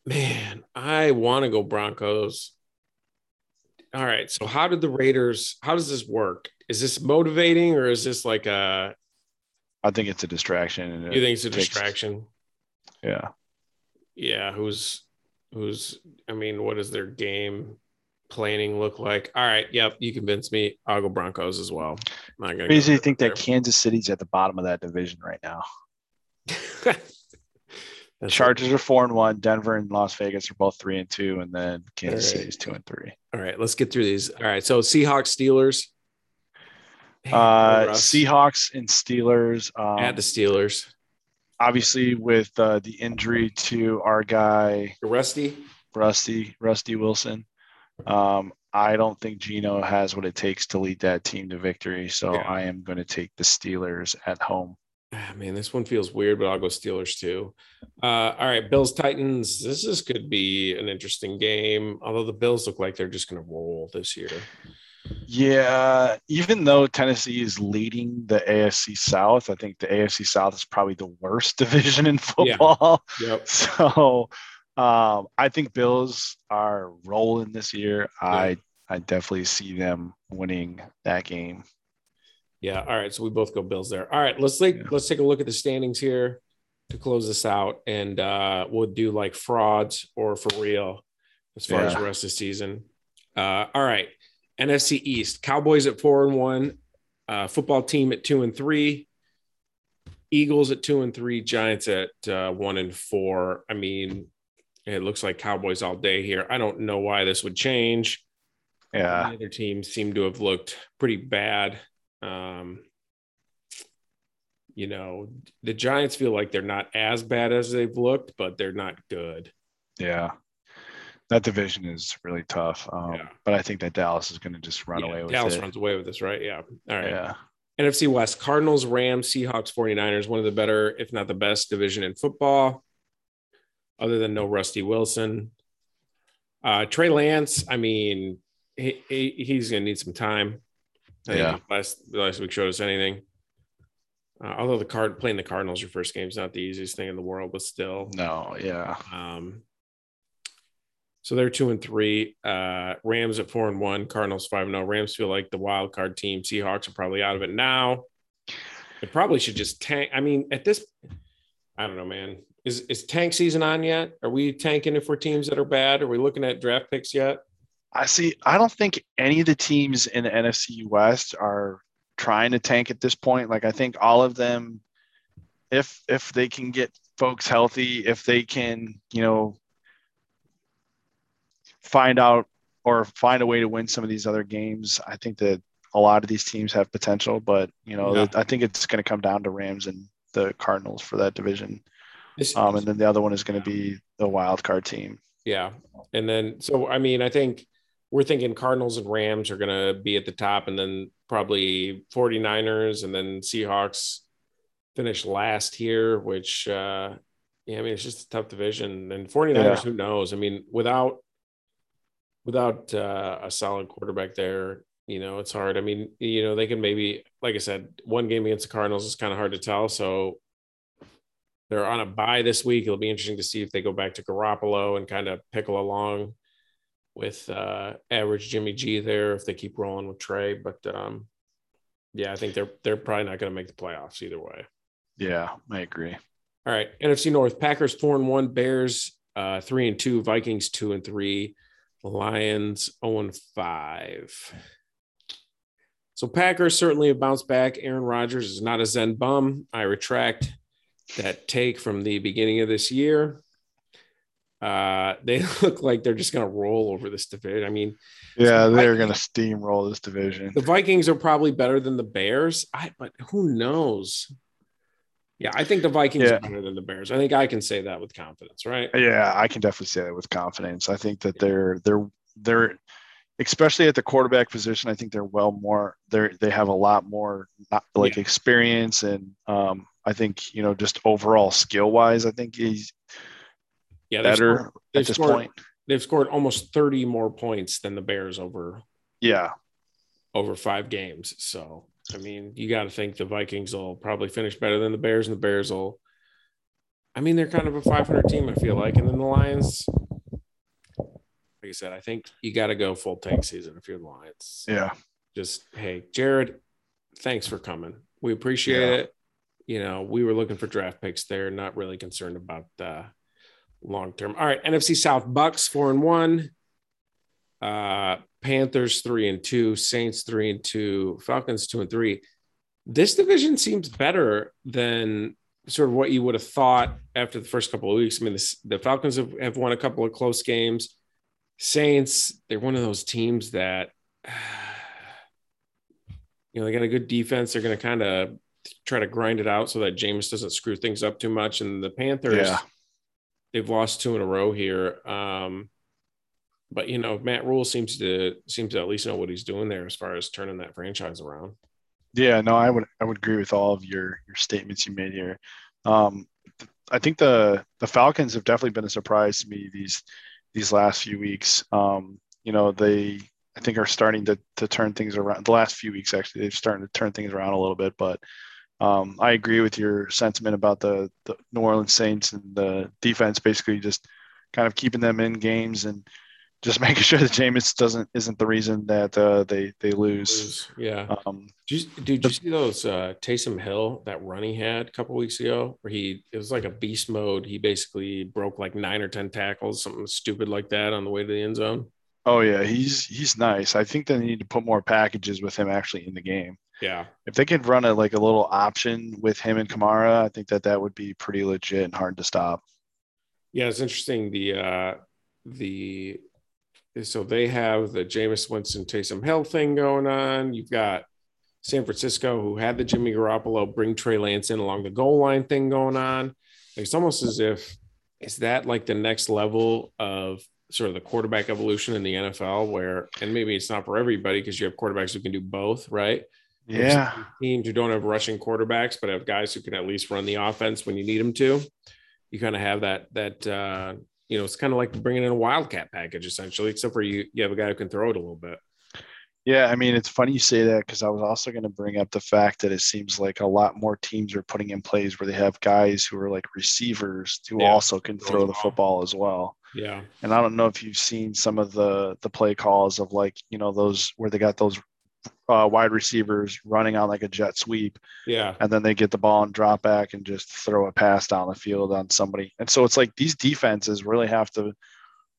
B: Man, I want to go Broncos. All right. So, how did the Raiders, how does this work? Is this motivating or is this like a,
A: I think it's a distraction. and
B: you think it's a
A: takes-
B: distraction?
A: Yeah.
B: Yeah. Who's, who's, I mean, what does their game planning look like? All right. Yep. You convinced me. I'll go Broncos as well. I'm not gonna go
A: Crazy to think
B: there.
A: that Kansas City's at the bottom of that division right now.
B: [LAUGHS] That's-
A: Chargers are four and one. Denver and Las Vegas are both three and two, and then Kansas
B: All right.
A: City's two and three.
B: All right. Let's get through these. All right. So, Seahawks, Steelers.
A: Uh,
B: Russ.
A: Seahawks and Steelers. Um,
B: at the Steelers.
A: obviously, with uh, the injury to our guy
B: Rusty.
A: Rusty Rusty Wilson, um, I don't think Gino has what it takes to lead that team to victory. So
B: Yeah.
A: I am going to take the Steelers at home.
B: Ah, man, this one feels weird, but I'll go Steelers too. Uh, all right, Bills Titans. This is could be an interesting game. Although the Bills look like they're just going to roll this year.
A: Yeah, even though Tennessee is leading the AFC South, I think the AFC South is probably the worst [LAUGHS] division in football.
B: Yep.
A: [LAUGHS] So um, I think Bills are rolling this year. I I definitely see them winning that game.
B: Yeah. All right. So we both go Bills there. All right. Let's like,
A: Yeah.
B: let's take a look at the standings here to close this out, and uh, we'll do like frauds or for real as far as
A: Yeah.
B: the rest of the season. Uh, all right. NFC East Cowboys at four and one, uh, football team at two and three, Eagles at two and three, Giants at uh, one and four. I mean, it looks like Cowboys all day here. I don't know why this would change.
A: Yeah,
B: The other teams seem to have looked pretty bad. Um, you know, the Giants feel like they're not as bad as they've looked, but they're not good.
A: yeah. That division is really tough. Um,
B: Yeah.
A: But I think that Dallas is going to just run
B: Yeah,
A: away with
B: Dallas
A: it.
B: runs away with this, right? Yeah. All right.
A: Yeah.
B: NFC West, Cardinals, Rams, Seahawks, 49ers, one of the better, if not the best, division in football, other than no Rusty Wilson. Uh, Trey Lance, I mean, he, he, he's going to need some time. I think
A: Yeah.
B: Last, last week showed us anything. Uh, although the card playing the Cardinals your first game is not the easiest thing in the world, but still.
A: No, yeah.
B: Um, so they're two and three. Uh, Rams at four and one. Cardinals five and zero. Rams feel like the wild card team. Seahawks are probably out of it now. They probably should just tank. I mean, at this, I don't know, man. Is is tank season on yet? Are we tanking if we're teams that are bad? Are we looking at draft picks yet?
A: I see. I don't think any of the teams in the NFC West are trying to tank at this point. Like I think all of them, if if they can get folks healthy, if they can, you know, find out or find a way to win some of these other games, I think that a lot of these teams have potential. But you know,
B: Yeah.
A: I think it's going to come down to Rams and the Cardinals for that division,
B: This,
A: um, and then the other one is going to be the wild card team.
B: Yeah. And then, so I mean, I think we're thinking Cardinals and Rams are going to be at the top, and then probably 49ers and then Seahawks finish last here, which, uh, yeah, I mean, it's just a tough division. And 49ers,
A: Yeah.
B: who knows? I mean, without, without uh, a solid quarterback there, you know, it's hard. I mean, you know, they can maybe, like I said, one game against the Cardinals is kind of hard to tell. So they're on a bye this week. It'll be interesting to see if they go back to Garoppolo and kind of pickle along with uh, average Jimmy G there if they keep rolling with Trey. But um, yeah, I think they're they're probably not going to make the playoffs either way.
A: Yeah, I agree.
B: All right, NFC North: Packers four and one, Bears uh, three and two, Vikings two and three, Lions zero and five. So Packers certainly have bounced back. Aaron Rodgers is not a Zen bum. I retract that take from the beginning of this year. Uh, they [LAUGHS] look like they're just going to roll over this division. I mean,
A: Yeah,
B: So I
A: they're
B: think-
A: going to steamroll this division.
B: the Vikings are probably better than the Bears. I but who knows? Yeah, I think the Vikings
A: Yeah.
B: are better than the Bears. I think I can say that with confidence, right?
A: Yeah, I can definitely say that with confidence. I think that they're they're they're especially at the quarterback position. I think they're well more they're they have a lot more not like experience and um I think you know just overall skill wise. I think he's
B: Yeah, they've
A: better
B: scored-
A: at
B: they've
A: this
B: scored-
A: point.
B: They've scored almost 30 more points than the Bears over
A: Yeah,
B: over five games. So I mean, you got to think the Vikings will probably finish better than the Bears, and the Bears will. I mean, they're kind of a 500 team, I feel like, and then the Lions. Like I said, I think you got to go full tank season if you're the Lions.
A: yeah,
B: just hey jared thanks for coming we appreciate
A: Yeah.
B: it you know we were looking for draft picks there not really concerned about uh long term all right nfc south bucks four and one uh panthers three and two saints three and two falcons two and three this division seems better than sort of what you would have thought after the first couple of weeks i mean this, the falcons have, have won a couple of close games saints they're one of those teams that [SIGHS] you You know, they got a good defense. They're going to kind of try to grind it out so that James doesn't screw things up too much. And the Panthers,
A: Yeah.
B: they've lost two in a row here. Um, but you know, Matt Rule seems to seems to at least know what he's doing there as far as turning that franchise around.
A: Yeah, no, I would I would agree with all of your your statements you made here. Um, I think the the Falcons have definitely been a surprise to me these these last few weeks. Um, you know, they I think are starting to to turn things around. The last few weeks actually, they've started to turn things around a little bit. But um, I agree with your sentiment about the the New Orleans Saints and the defense basically just kind of keeping them in games and just [LAUGHS] making sure that Jameis doesn't isn't the reason that uh, they they lose.
B: Yeah.
A: Um,
B: Did you, dude, did you see those uh, Taysom Hill that run he had a couple weeks ago? Where he it was like a beast mode. He basically broke like nine or ten tackles, something stupid like that, on the way to the end zone.
A: Oh yeah, he's he's nice. I think they need to put more packages with him actually in the game.
B: Yeah,
A: If they could run a like a little option with him and Kamara, I think that that would be pretty legit and hard to stop.
B: yeah. It's interesting. The uh, the so they have the Jameis Winston Taysom Hill thing going on. You've got San Francisco who had the Jimmy Garoppolo bring Trey Lance in along the goal line thing going on. It's almost as if is that like the next level of sort of the quarterback evolution in the NFL where and maybe it's not for everybody because you have quarterbacks who can do both, right? There's
A: Yeah,
B: Teams who don't have rushing quarterbacks but have guys who can at least run the offense when you need them to. You kind of have that that uh you know, it's kind of like bringing in a wildcat package essentially, except for you you have a guy who can throw it a little bit.
A: yeah. I mean, it's funny you say that because I was also going to bring up the fact that it seems like a lot more teams are putting in plays where they have guys who are like receivers who
B: Yeah.
A: also can throw the football as well.
B: Yeah.
A: And I don't know if you've seen some of the the play calls of like you know those where they got those uh, wide receivers running on like a jet sweep.
B: Yeah.
A: and then they get the ball and drop back and just throw a pass down the field on somebody. And so it's like these defenses really have to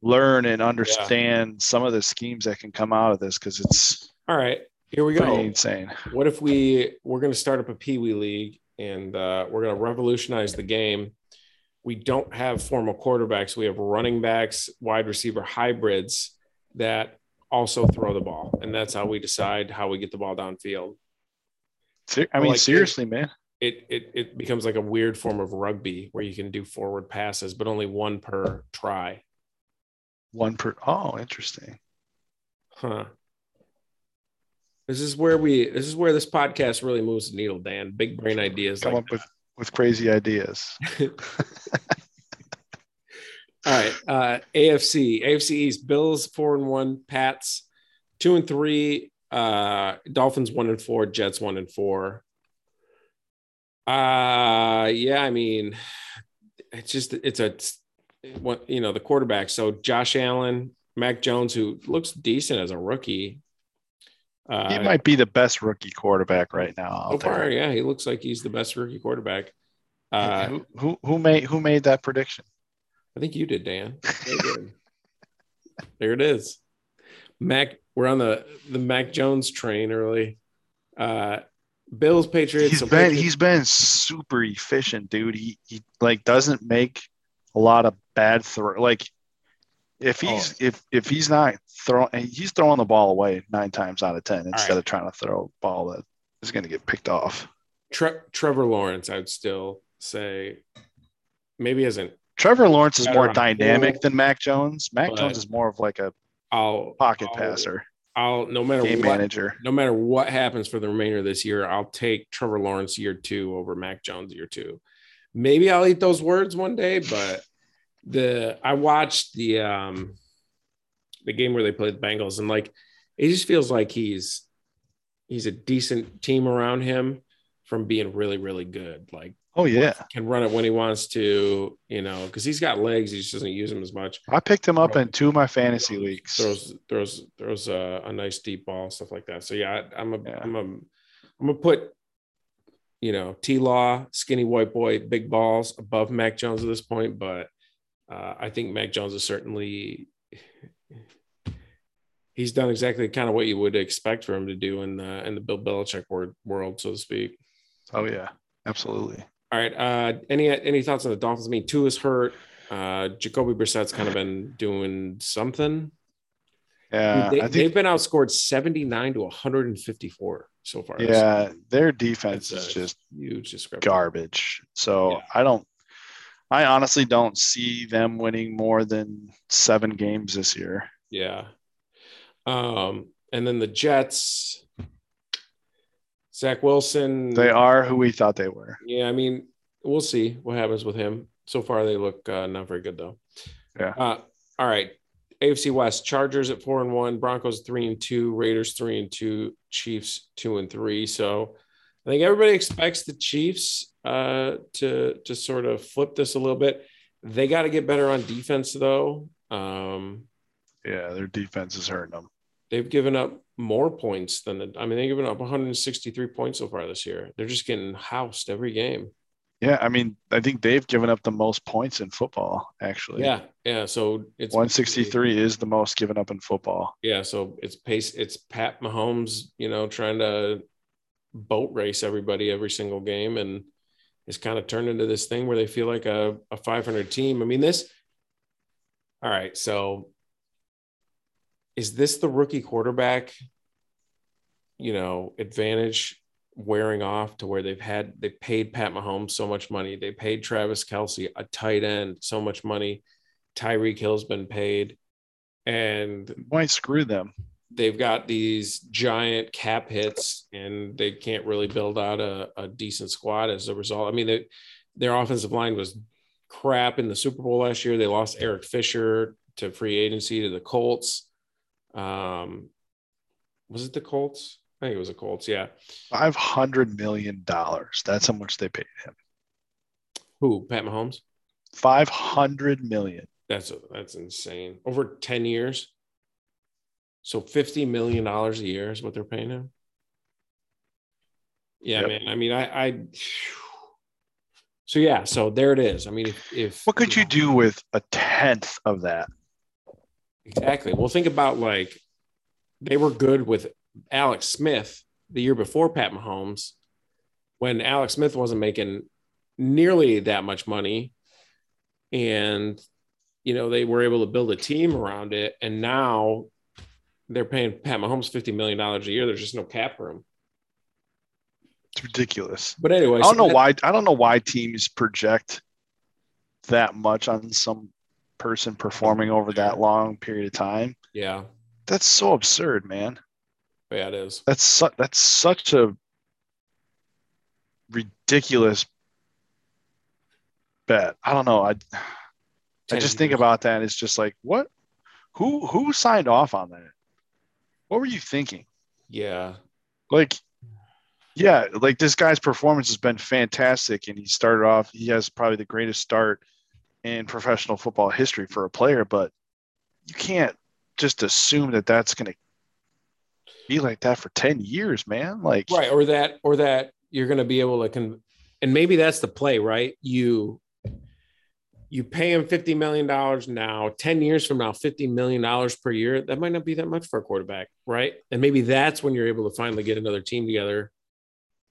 A: learn and understand some of the schemes that can come out of this because it's
B: All right. Here we
A: pretty
B: go.
A: insane.
B: What if we we're going to start up a Pee Wee league and uh, we're going to revolutionize the game? We don't have formal quarterbacks. We have running backs, wide receiver hybrids that also throw the ball, and that's how we decide how we get the ball downfield.
A: Ser- I
B: Well,
A: mean,
B: like,
A: seriously, man.
B: It, it it becomes like a weird form of rugby where you can do forward passes, but only one per try.
A: One per. Oh, interesting.
B: Huh. This is where we. This is where this podcast really moves the needle, Dan. Big brain ideas.
A: Come
B: like
A: up with with crazy ideas.
B: All right. Uh, AFC, AFC East, Bills four and one, Pats two and three, uh, Dolphins one and four, Jets one and four. Uh, yeah, I mean, it's just it's a it's what you know the quarterback. So Josh Allen, Mac Jones, who looks decent as a rookie. Uh,
A: He might be the best rookie quarterback right now. Out
B: so far,
A: there.
B: yeah, he looks like he's the best rookie quarterback. Uh,
A: who, who who made who made that prediction?
B: I think you did, Dan.
A: [LAUGHS]
B: Very good. there it is. Mac, we're on the the Mac Jones train early. Uh Bills Patriots.
A: He's
B: so
A: been
B: Patriots-
A: he's been super efficient, dude. He he like doesn't make a lot of bad throw. Like
B: Oh.
A: if he's if if he's not throwing, he's throwing the ball away nine times out of ten instead
B: right.
A: of trying to throw a ball that is going to get picked off.
B: Tre- Trevor Lawrence, I'd still say maybe isn't.
A: Trevor Lawrence is
B: Better
A: more
B: on
A: dynamic
B: goal,
A: than Mac Jones. Mac
B: but-
A: Jones is more of like a
B: I'll
A: pocket
B: I'll-
A: passer,
B: I'll no matter
A: game
B: what
A: manager.
B: no matter what happens for the remainder of this year, I'll take Trevor Lawrence year two over Mac Jones year two. Maybe I'll eat those words one day, but the I watched the um the game where they played the Bengals and like it just feels like he's he's a decent team around him from being really, really good. Like
A: Oh yeah,
B: can run it when he wants to, you know, because he's got legs, he just doesn't use them as much.
A: I picked him up in two of my fantasy leagues.
B: Throws throws throws a, a nice deep ball, stuff like that. So yeah, I, I'm a
A: Yeah.
B: am a I'm gonna put you know T Law, skinny white boy, big balls above Mac Jones at this point, but uh, I think Mac Jones is certainly he's done exactly kind of what you would expect for him to do in the in the Bill Belichick word, world, so to speak.
A: Oh yeah, absolutely.
B: All right. Uh, any any thoughts on the Dolphins? I mean, two is hurt. Uh, Jacoby Brissett's kind of been doing something.
A: Yeah,
B: Dude, they,
A: Uh, I think
B: have been outscored 79 to 154. so far. That's-
A: Yeah, their defense
B: that's
A: is
B: a
A: just
B: huge discrepancy.
A: garbage. So
B: Yeah.
A: I don't, I honestly don't see them winning more than seven games this year.
B: Yeah. Um, and then the Jets, Zach Wilson.
A: They are who we thought they were.
B: Yeah, I mean, we'll see what happens with him. So far, they look uh, not very good though.
A: Yeah.
B: Uh, all right. AFC West: Chargers at four and one, Broncos three and two, Raiders three and two, Chiefs two and three. So, I think everybody expects the Chiefs uh, to to sort of flip this a little bit. They got to get better on defense though. Um,
A: Yeah, their defense is hurting them.
B: they've given up more points than the, I mean, they've given up 163 points so far this year. They're just getting housed every game.
A: Yeah, I mean, I think they've given up the most points in football, actually.
B: Yeah. Yeah. So it's
A: 163 is the most given up in football.
B: Yeah. So it's pace, it's Pat Mahomes, you know, trying to boat race everybody every single game. And it's kind of turned into this thing where they feel like a, a 500 team. I mean, this, all right. So is this the rookie quarterback, you know, advantage wearing off to where they've had, they paid Pat Mahomes so much money. They paid Travis Kelsey, a tight end, so much money. Tyreek Hill's been paid. And
A: Might screw them.
B: they've got these giant cap hits and they can't really build out a, a decent squad as a result. I mean, they, their offensive line was crap in the Super Bowl last year. They lost Eric Fisher to free agency to the Colts. Um, was it the Colts? I think it was the Colts. Yeah.
A: 500 million dollars. That's how much they paid him.
B: Who? Pat Mahomes?
A: 500 million.
B: That's that's insane. Over 10 years. So 50 million dollars a year is what they're paying him. Yeah,
A: Yep.
B: man. I mean, I I [SIGHS] so yeah, so there it is. I mean, if, if
A: What could you do with a tenth of that?
B: Exactly. Well, think about like they were good with Alex Smith the year before Pat Mahomes, when Alex Smith wasn't making nearly that much money, and you know they were able to build a team around it, and now they're paying Pat Mahomes fifty million dollars a year. There's just no cap room.
A: It's ridiculous.
B: But anyway,
A: I don't know why. I don't know why teams project that much on some person performing over that long period of time.
B: Yeah,
A: That's so absurd, man.
B: yeah, it is.
A: That's su- that's such a ridiculous bet. I don't know. I I
B: 10
A: just think
B: years.
A: about that. It's just like what? Who who signed off on that? What were you thinking?
B: Yeah,
A: like yeah like this guy's performance has been fantastic and he started off he has probably the greatest start in professional football history for a player but you can't just assume that that's going to be like that for 10 years man like
B: right or that or that you're going to be able to con- and maybe that's the play right you you pay him 50 million dollars now 10 years from now 50 million dollars per year that might not be that much for a quarterback right and maybe that's when you're able to finally get another team together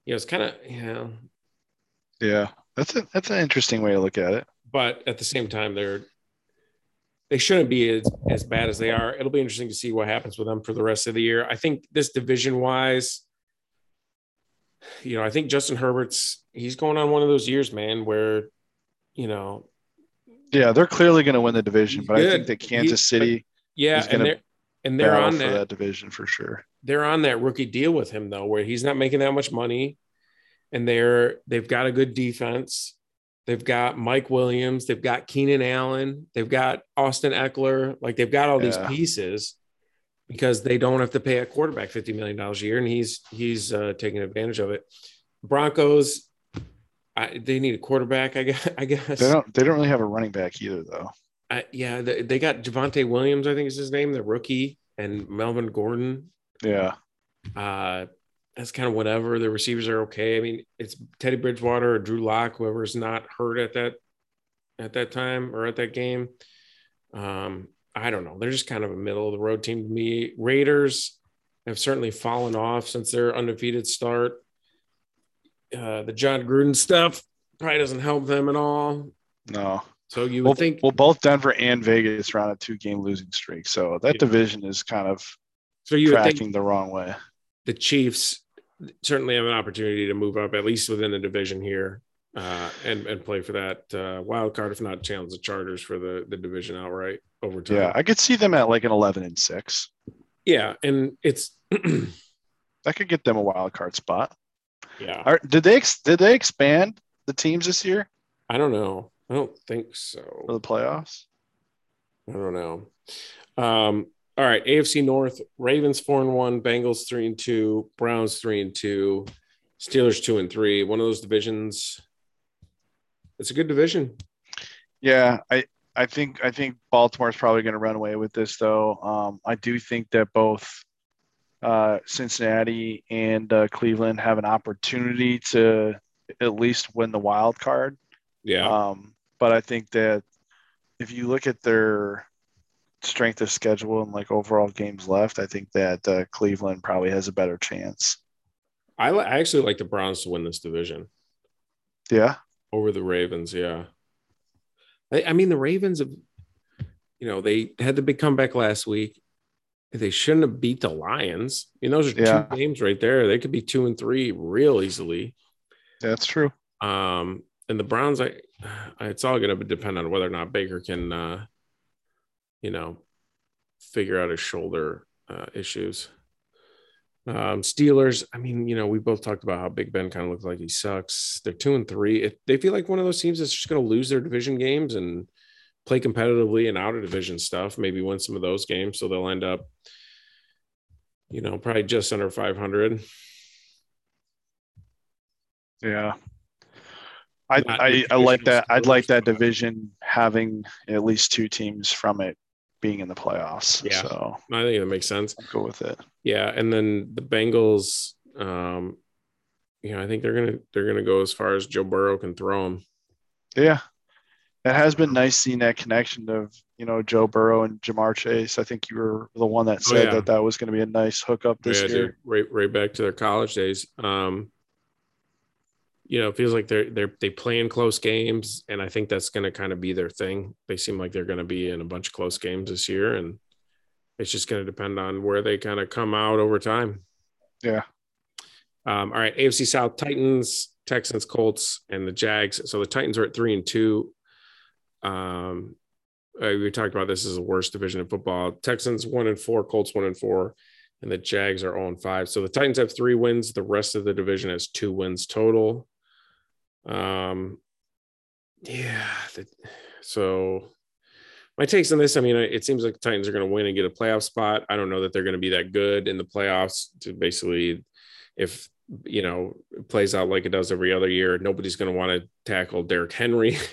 B: you know it's kind of you know
A: yeah that's a, that's an interesting way to look at it
B: but at the same time they're they shouldn't be as, as bad as they are it'll be interesting to see what happens with them for the rest of the year i think this division wise you know i think justin herbert's he's going on one of those years man where you know
A: yeah they're clearly going to win the division but i
B: Good.
A: think that kansas city
B: yeah
A: He's
B: and
A: gonna
B: they're and they're
A: battle
B: on
A: for
B: that
A: that division for sure
B: they're on that rookie deal with him though, where he's not making that much money, and they're they've got a good defense. They've got Mike Williams. They've got Keenan Allen. They've got Austin Eckler. Like they've got all
A: Yeah.
B: these pieces because they don't have to pay a quarterback fifty million dollars a year, and he's he's uh, taking advantage of it. Broncos, I, they need a quarterback. I guess. I guess.
A: they don't they don't really have a running back either though
B: I, yeah, they, they got Javante Williams. I think is his name, the rookie, and Melvin Gordon
A: yeah
B: uh that's kind of whatever. The receivers are okay. I mean, it's Teddy Bridgewater or Drew Lock, whoever's not hurt at that at that time or at that game. Um, I don't know. They're just kind of a middle of the road team to me. Raiders have certainly fallen off since their undefeated start. Uh, the John Gruden stuff probably doesn't help them at all.
A: no
B: So you would
A: well,
B: think
A: well, both Denver and Vegas are on a two-game losing streak, so that
B: Yeah.
A: division is kind of
B: so you would
A: tracking
B: think
A: the wrong way.
B: the Chiefs certainly have an opportunity to move up at least within the division here uh, and and play for that uh, wild card, if not challenge the Chargers for the the division outright over time.
A: Yeah, I could see them at like an eleven and six.
B: yeah, and it's
A: That could get them a wild card spot.
B: yeah.
A: Are, did they ex- did they expand the teams this year
B: I don't know. I don't think
A: for
B: so.
A: the playoffs?
B: I don't know. Um, all right, AFC North: Ravens four and one, Bengals three and two, Browns three and two, Steelers two and three. One of those divisions. It's a good division.
A: Yeah, I I think I think Baltimore's probably going to run away with this though. Um, I do think that both uh, Cincinnati and uh, Cleveland have an opportunity to at least win the wild card.
B: Yeah,
A: Um, but I think that if you look at their strength of schedule and like overall games left, I think that uh, Cleveland probably has a better chance.
B: I, li- I actually like the Browns to win this division.
A: Yeah.
B: over the Ravens. Yeah, I, I mean the Ravens have, you know, they had the big comeback last week. They shouldn't have beat the Lions. I mean, those are
A: Yeah.
B: two games right there. They could be two and three real easily.
A: That's true.
B: Um, and the Browns, I, it's all going to depend on whether or not Baker can, uh, you know, figure out his shoulder uh, issues. Um, Steelers, I mean, you know, we both talked about how Big Ben kind of looks like he sucks. They're two and three. If they feel like one of those teams that's just going to lose their division games and play competitively and out of division stuff, maybe win some of those games. So they'll end up, you know, probably just under 500.
A: Yeah. I,
B: Not
A: I, I like that. I'd like that
B: traditional
A: division having at least two teams from it being in the playoffs.
B: Yeah.
A: So
B: I think that makes sense.
A: I'll go with it.
B: Yeah, and then the Bengals, um, you know, I think they're gonna they're gonna go as far as Joe Burrow can throw them.
A: Yeah. It has been nice seeing that connection of, you know, Joe Burrow and Jamar Chase. I think you were the one that said
B: Oh, yeah. Oh,
A: that that was going to be a nice hookup this
B: yeah,
A: year.
B: dude, right right back to their college days. Um, you know, it feels like they're they're they play in close games, and I think that's gonna kind of be their thing. They seem like they're gonna be in a bunch of close games this year, and it's just gonna depend on where they kind of come out over time.
A: Yeah.
B: Um, all right, AFC South Titans, Texans, Colts, and the Jags. So the Titans are at three and two. Um, uh, we talked about this is the worst division in football. Texans one and four, Colts one and four, and the Jags are zero and five. So the Titans have three wins. The rest of the division has two wins total. Um, yeah. the- so my takes on this, I mean, it seems like the Titans are going to win and get a playoff spot. I don't know that they're going to be that good in the playoffs. To basically, if you know, it plays out like it does every other year, nobody's going to want to tackle Derrick Henry. [LAUGHS]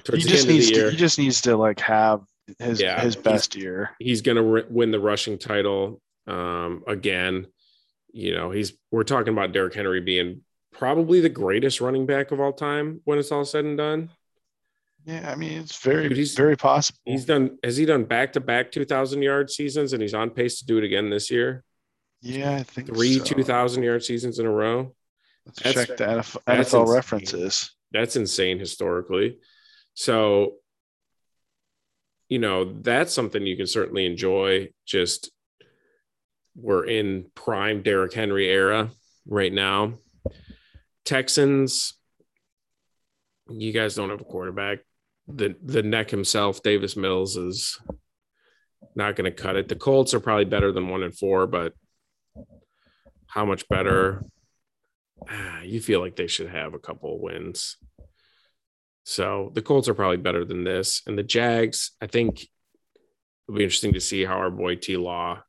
A: he
B: towards the
A: just
B: end of the
A: needs
B: year.
A: to he just needs to like have his
B: Yeah.
A: his best year.
B: he's going to win the rushing title um, again. You know, he's we're talking about Derrick Henry being probably the greatest running back of all time when it's all said and done.
A: Yeah, I mean it's very
B: Dude, he's-
A: very possible.
B: He's done has he done back to back 2000 yard seasons and he's on pace to do it again this year.
A: yeah, I think
B: Three
A: so.
B: 2000 yard seasons in a row.
A: Let's
B: that's-
A: check the NF- NFL,
B: that's insane.
A: references.
B: That's insane historically. So you know, that's something you can certainly enjoy just we're in prime Derrick Henry era right now. Texans, you guys don't have a quarterback. The the neck himself, Davis Mills, is not going to cut it. The Colts are probably better than one and four, but how much better? Ah, You feel like they should have a couple wins. So the Colts are probably better than this. And the Jags, I think it'll be interesting to see how our boy T Law,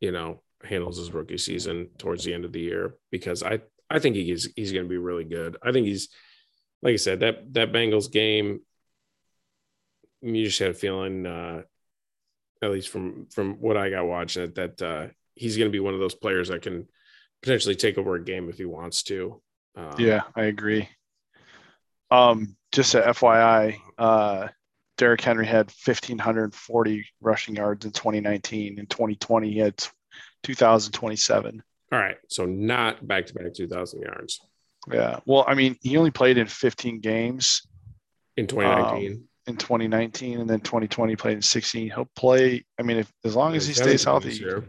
B: you know, handles his rookie season towards the end of the year because I I think he's he's going to be really good. I think he's like I said that that Bengals game. You just had a feeling, uh, at least from from what I got watching it, that uh, he's going to be one of those players that can potentially take over a game if he wants to. Um,
A: Yeah, I agree. Um, just a FYI, uh, Derrick Henry had 1,540 rushing yards in 2019. In 2020, he had 2,027.
B: All right. So not back to back 2,000 yards
A: Yeah. Well, I mean, he only played in 15 games Um,
B: in 2019.
A: in 2019, and then 2020 played in 16. He'll play. I mean, if as long as he
B: And 17
A: stays healthy,
B: this year.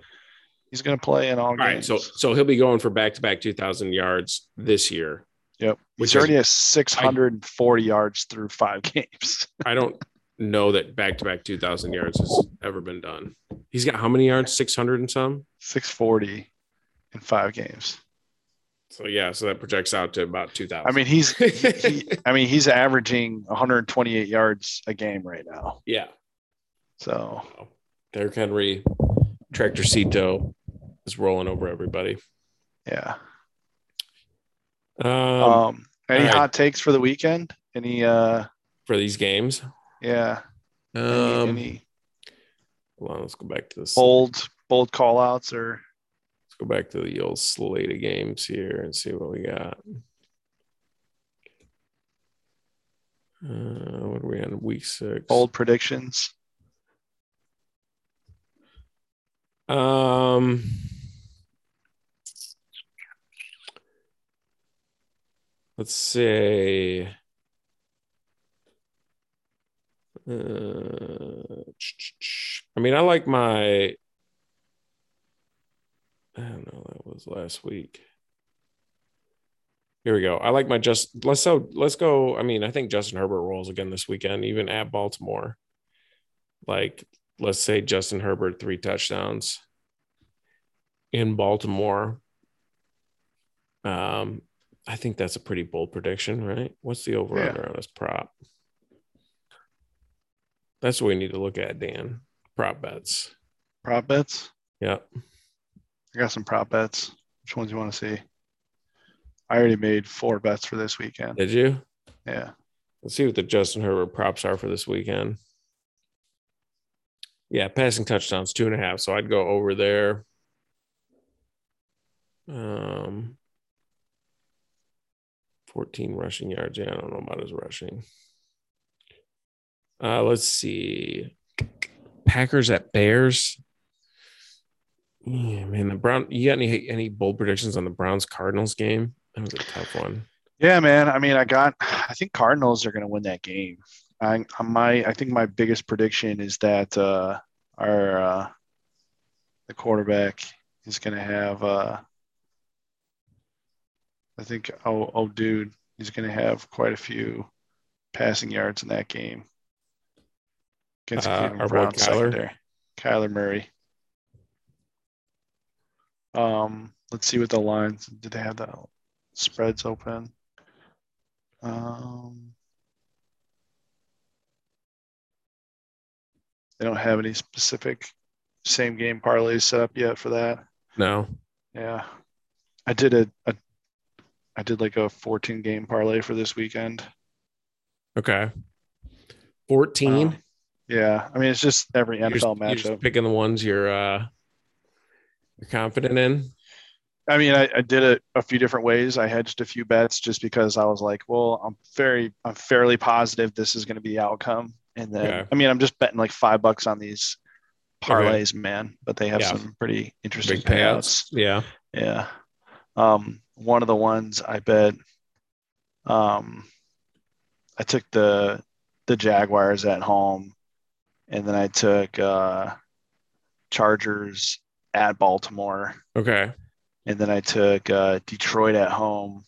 A: He's going to play in all,
B: All right, so so he'll be going for back to back two thousand yards this year.
A: yep.
B: which
A: He's
B: is-
A: already at 640 yards through five [LAUGHS] games. [LAUGHS]
B: I don't know that back to back two thousand yards has ever been done. He's got how many yards? Six hundred and some.
A: 640 in five games.
B: So yeah, so that projects out to about two thousand.
A: I mean, he's he,
B: [LAUGHS]
A: he- I mean, he's averaging 128 yards a game right now.
B: yeah,
A: So
B: Derrick Henry, Tractor Cito is rolling over everybody.
A: yeah.
B: Um,
A: Um, any
B: all right.
A: hot takes for the weekend? Any uh
B: for these games,
A: yeah. Any,
B: um,
A: any
B: hold on, let's go back to this.
A: bold bold call outs or
B: Let's go back to the old slate of games here and see what we got. Uh, what are we on week six?
A: bold predictions?
B: Um, let's say. Uh, I mean, I like my. I don't know. That was last week. Here we go. I like my just. Let's so let's go. I mean, I think Justin Herbert rolls again this weekend, even at Baltimore. Like, let's say Justin Herbert three touchdowns in Baltimore. Um, I think that's a pretty bold prediction, right? What's the over under on this prop? That's what we need to look at, Dan. Prop bets.
A: Prop bets?
B: Yeah.
A: I got some prop bets. Which ones you want to see? I already made four bets for this weekend.
B: Did you?
A: Yeah.
B: Let's see what the Justin Herbert props are for this weekend. Yeah, passing touchdowns, two and a half. So I'd go over there. Um, 14 rushing yards. Yeah, I don't know about his rushing. Uh, let's see. Packers at Bears. Yeah, man, the Brown. You got any any bold predictions on the Browns Cardinals game? That was a tough one.
A: Yeah, man. I mean, I got. I think Cardinals are going to win that game. I, I my I think my biggest prediction is that uh, our uh, the quarterback is going to have. Uh, I think oh oh dude, he's going to have quite a few passing yards in that game against the
B: Uh,
A: Cleveland
B: our boy
A: Browns
B: Kyler?
A: secondary. Kyler Murray. Um, let's see what the lines. Did they have the spreads open? Um, they don't have any specific same game parlays set up yet for that.
B: No,
A: Yeah, I did a, a I did like a 14 game parlay for this weekend.
B: Okay. 14.
A: Um, yeah, I mean it's just every
B: You're just-
A: NFL
B: you're just
A: matchup.
B: picking the ones you're uh you're confident in.
A: I mean, I, I did it a few different ways. I hedged a few bets just because I was like, well, I'm very, I'm fairly positive this is going to be the outcome. And then,
B: Okay.
A: I mean, I'm just betting like five bucks on these
B: Okay.
A: parlays, man. But they have
B: Yeah.
A: some pretty interesting
B: Big
A: payouts.
B: payouts. Yeah.
A: Yeah. Um, one of the ones I bet, um, I took the the Jaguars at home, and then I took uh, Chargers at Baltimore
B: Okay.
A: and then I took uh, Detroit at home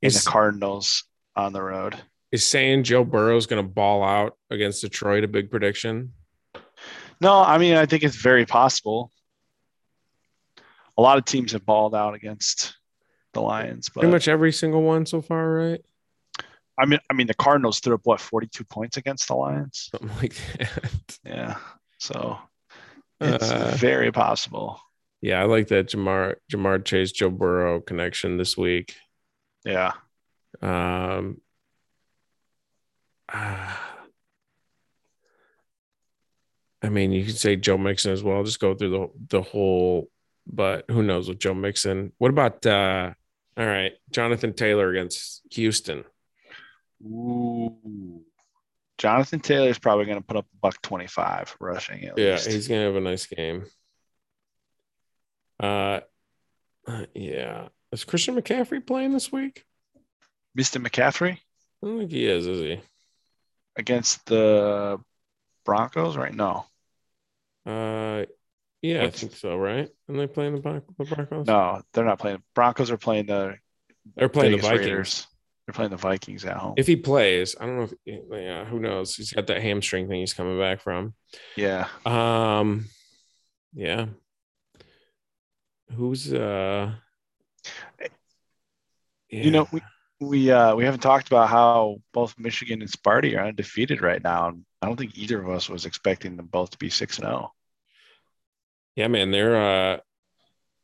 A: and
B: Is
A: the Cardinals on the road.
B: is saying Joe Burrow's gonna ball out against Detroit a big prediction?
A: No, I mean I think it's very possible. A lot of teams have balled out against the Lions, but
B: Pretty much every single one so far, right? [LAUGHS]
A: I mean I mean the Cardinals threw up what 42 points against the Lions.
B: Something like that.
A: Yeah, so it's
B: Uh,
A: very possible.
B: yeah, I like that Jamar Jamar Chase Joe Burrow connection this week.
A: Yeah,
B: Um, [SIGHS] ah. I mean, you could say Joe Mixon as well. Just go through the the whole, but who knows with Joe Mixon? What about uh, all right, Jonathan Taylor against Houston?
A: Ooh. Jonathan Taylor's probably going to put up a buck 25 rushing at
B: Yeah,
A: least.
B: he's gonna have a nice game. Uh, uh, yeah, is Christian McCaffrey playing this week?
A: Mr. McCaffrey
B: I don't think he is, is he?
A: against the Broncos right now.
B: Uh, Yeah, I
A: Which-
B: think so, right? And they playing the, Bron- the Broncos?
A: No, they're not playing. Broncos are playing the
B: They're playing
A: Vegas
B: the Vikings.
A: Raiders. They're playing the Vikings at home.
B: If he plays, I don't know if eh, yeah, who knows? He's got that hamstring thing he's coming back from.
A: yeah,
B: Um yeah. Who's uh
A: you know
B: yeah.
A: we we uh, we haven't talked about how both Michigan and Sparty are undefeated right now, and I don't think either of us was expecting them both to be six and oh. zero.
B: Yeah, man, they're uh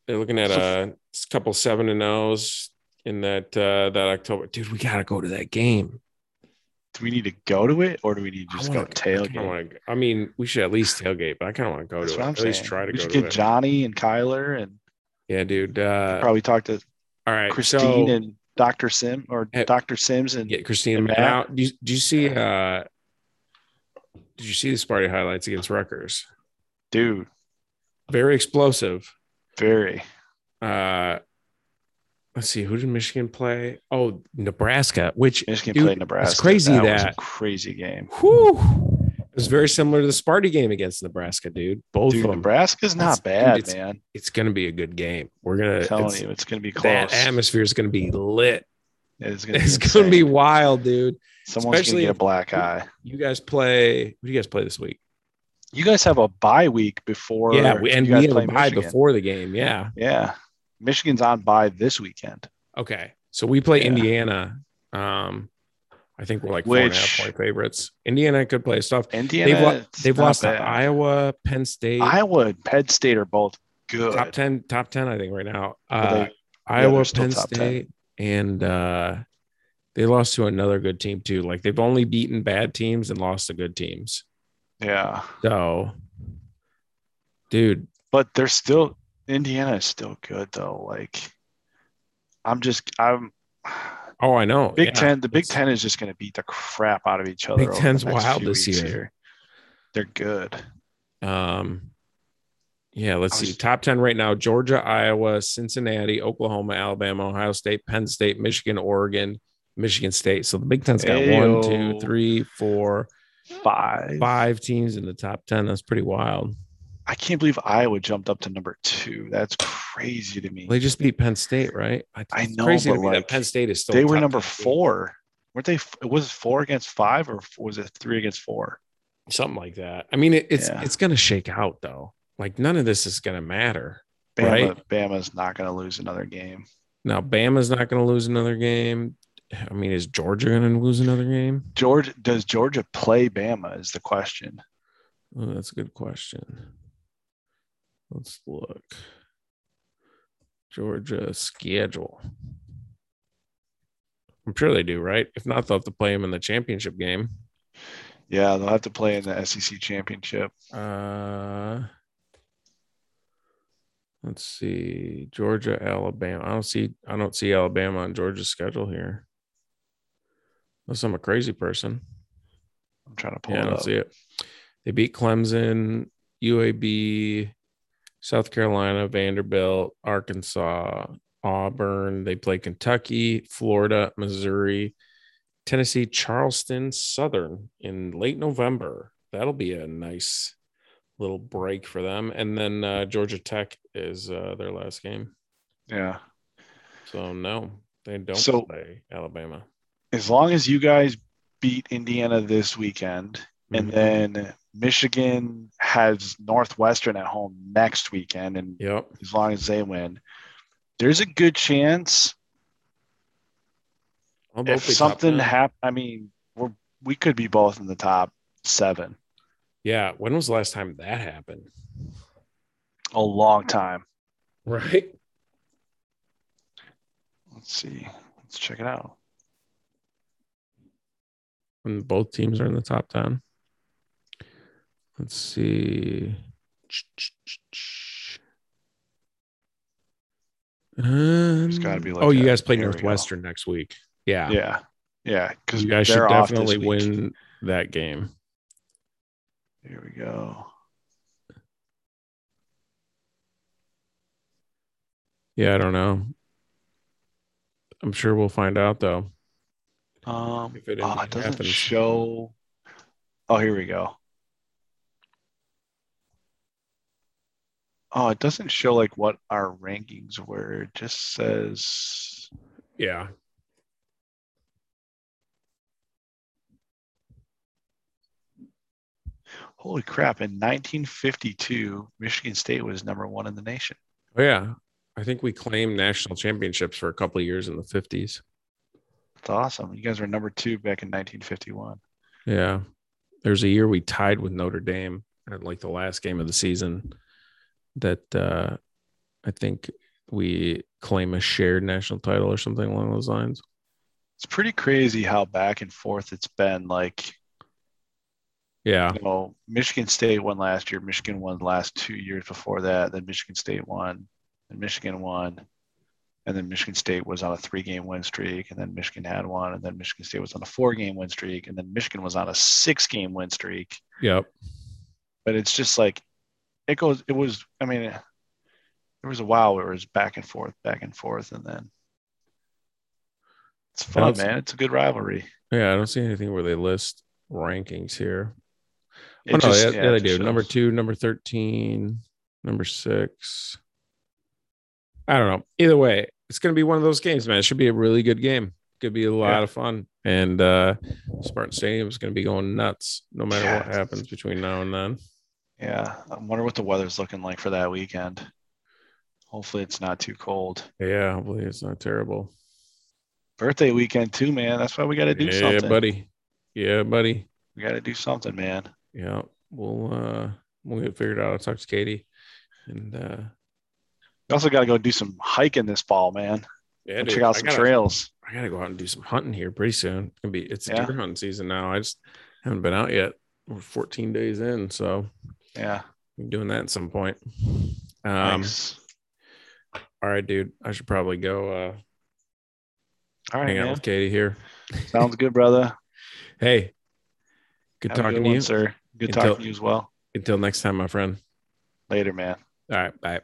B: they're looking at a couple seven and O's in that uh that October. Dude, we gotta go to that game.
A: Do we need to go to it, or do we need to just
B: I
A: go
B: wanna- I, kinda
A: tailgate?
B: wanna go- I mean, we should at least tailgate, but I kind of want to go
A: That's
B: to
A: what
B: it.
A: I'm
B: At
A: saying.
B: least try to
A: we
B: go
A: should
B: to
A: get
B: it.
A: Johnny and Kyler and
B: yeah, dude. Uh,
A: probably talk to
B: all right,
A: Christine
B: so,
A: and Doctor Sim or
B: Hey.
A: Doctor Sims and
B: yeah, Christine
A: and
B: and Matt.
A: Matt.
B: Do you, do you see? uh Did you see the Sparty highlights against Rutgers?
A: dude,
B: Very explosive.
A: very
B: Uh Let's see. Who did Michigan play? Oh, Nebraska. Which
A: Michigan
B: dude,
A: played Nebraska.
B: crazy
A: that, was a
B: that-
A: crazy game.
B: Whew. It was very similar to the Sparty game against Nebraska, dude. Both
A: Dude,
B: of them.
A: Nebraska's not
B: It's- dude,
A: bad,
B: it's-
A: man.
B: It's going to be a good game. We're going
A: I'm
B: to.
A: telling you, it's gonna be close.
B: That atmosphere is going to be lit.
A: it's gonna
B: It's
A: be,
B: going to be
A: insane.
B: wild, dude.
A: someone's gonna
B: especially
A: get a
B: if-
A: black eye.
B: You guys play. Who do you guys play this week?
A: You guys have a bye week before.
B: yeah, we, and
A: you
B: we
A: guys
B: had a
A: play
B: bye
A: Michigan.
B: before the game. Yeah.
A: Yeah, Michigan's on bye this weekend.
B: Okay. So we play
A: Yeah.
B: Indiana. Um, I think we're like four and a half
A: Which-
B: point favorites. Indiana could play stuff.
A: Indiana,
B: they've lo-
A: it's
B: they've
A: not
B: lost
A: bad.
B: to Iowa, Penn State,
A: Iowa and Penn State are both good.
B: top ten, top ten, I think right now.
A: but
B: Uh,
A: they-
B: Iowa,
A: they're still
B: Penn
A: top 10.
B: State, and uh, they lost to another good team too. Like they've only beaten bad teams and lost to good teams.
A: yeah,
B: So, dude,
A: but they're still Indiana is still good though. Like, I'm just I'm
B: oh, I know
A: Big
B: Yeah.
A: Ten. The Big
B: it's-
A: Ten is just going to beat the crap out of each other. over the
B: Ten's
A: next
B: wild
A: few
B: this
A: weeks
B: year.
A: They're good.
B: Um, yeah,
A: I
B: let's see.
A: was-
B: Top 10 right now Georgia, Iowa, Cincinnati, Oklahoma, Alabama, Ohio State, Penn State, Michigan, Oregon, Michigan State. So the Big Ten's got one, two,
A: Ayo.
B: three, four,
A: Five.
B: five teams in the top 10. That's pretty wild.
A: I can't believe Iowa jumped up to number two. That's crazy to me.
B: They just beat Penn State, right?
A: I
B: it's
A: know,
B: Crazy to
A: but,
B: me that
A: like,
B: Penn State is still
A: they
B: a
A: were
B: top
A: number
B: 10 team.
A: four. Weren't they? It was four against five, or was it three against four?
B: something like that. I mean, it, it's
A: Yeah.
B: it's gonna shake out though. Like none of this is gonna matter.
A: Bama,
B: Right.
A: Bama's not going to lose another game.
B: Now, Bama's not gonna lose another game. I mean, is Georgia gonna lose another game?
A: Georgia does Georgia play Bama? Is the question.
B: Oh, that's a good question. Let's look. Georgia schedule. I'm sure they do, right? If not, they'll have to play them in the championship game.
A: Yeah, they'll have to play in the SEC championship.
B: Uh, let's see, Georgia, Alabama. I don't see, I don't see Alabama on Georgia's schedule here. Unless I'm a crazy person.
A: I'm trying to pull
B: Yeah, I
A: it
B: don't
A: up.
B: see it. They beat Clemson, UAB, South Carolina, Vanderbilt, Arkansas, Auburn. They play Kentucky, Florida, Missouri, Tennessee, Charleston, Southern in late November. That'll be a nice little break for them. And then uh, Georgia Tech is uh, their last game.
A: Yeah.
B: So, no, they don't
A: So-
B: play Alabama.
A: As long as you guys beat Indiana this weekend, and
B: Mhm.
A: then Michigan has Northwestern at home next weekend, and
B: yep.
A: as long as they win, there's a good chance
B: I'll both
A: if
B: be top
A: something
B: 10.
A: happens. I mean, we're we could be both in the top seven
B: yeah. When was the last time that happened?
A: a long time.
B: Right.
A: Let's see. Let's check it out.
B: when both teams are in the top 10. Let's see.
A: There's gotta be
B: Um,
A: like
B: oh, you
A: a-
B: guys play
A: there we go.
B: Northwestern next week. Yeah.
A: Yeah, yeah, because
B: You guys should
A: they're off this
B: definitely
A: week.
B: win that game.
A: Here we go.
B: Yeah, I don't know. I'm sure we'll find out though.
A: Um,
B: If it
A: oh, it doesn't
B: happens.
A: show. Oh, here we go. Oh, it doesn't show like what our rankings were. It just says
B: Yeah.
A: Holy crap. In 1952, Michigan State was number one in the nation.
B: Oh, yeah. I think we claimed national championships for a couple of years in the 50s.
A: That's awesome. You guys were number two back in 1951.
B: Yeah. There's a year we tied with Notre Dame at like the last game of the season that uh, I think we claim a shared national title or something along those lines.
A: It's pretty crazy how back and forth it's been. Like,
B: Yeah.
A: you know, Michigan State won last year. Michigan won the last two years before that. Then Michigan State won. And Michigan won. And then Michigan State was on a three game win streak. And then Michigan had one. And then Michigan State was on a four game win streak. And then Michigan was on a six game win streak.
B: Yep.
A: but it's just like it goes it was i mean it, there was a while where it was back and forth back and forth and then it's fun
B: That's-
A: man it's a good rivalry
B: Yeah. I don't see anything where they list rankings here.
A: It
B: Oh, no,
A: just-
B: yeah,
A: yeah,
B: yeah, they
A: it just
B: do. Number
A: shows.
B: two, number 13, number six. I don't know. Either way, it's going to be one of those games, man. It should be a really good game. Could be a lot
A: Yeah.
B: of fun. And uh, Spartan Stadium is going to be going nuts no matter what
A: Yeah.
B: happens between now and then.
A: yeah i wonder what the weather's looking like for that weekend hopefully it's not too cold
B: Yeah, hopefully it's not terrible.
A: birthday weekend too man that's why we got to do
B: yeah,
A: something
B: buddy. Yeah, buddy.
A: we got to do something man
B: Yeah, we'll uh, we'll get it figured out. I'll talk to Katie. And uh,
A: we also got to go do some hiking this fall man
B: yeah,
A: Go
B: dude,
A: check out
B: I
A: some
B: gotta-
A: trails
B: I gotta go out and do some hunting here pretty soon. It's gonna be it's
A: Yeah.
B: deer hunting season now. I just haven't been out yet. We're 14 days in, so
A: yeah
B: I'm doing that at some point. Um,
A: nice.
B: all right, dude. I should probably go uh
A: all right
B: hang out
A: man.
B: with Katie here.
A: sounds good brother
B: Hey, [LAUGHS] good
A: Have a
B: talking
A: good
B: to
A: one,
B: you.
A: sir good
B: Until-
A: talking to you as well
B: Until next time, my friend.
A: later man
B: All right, bye.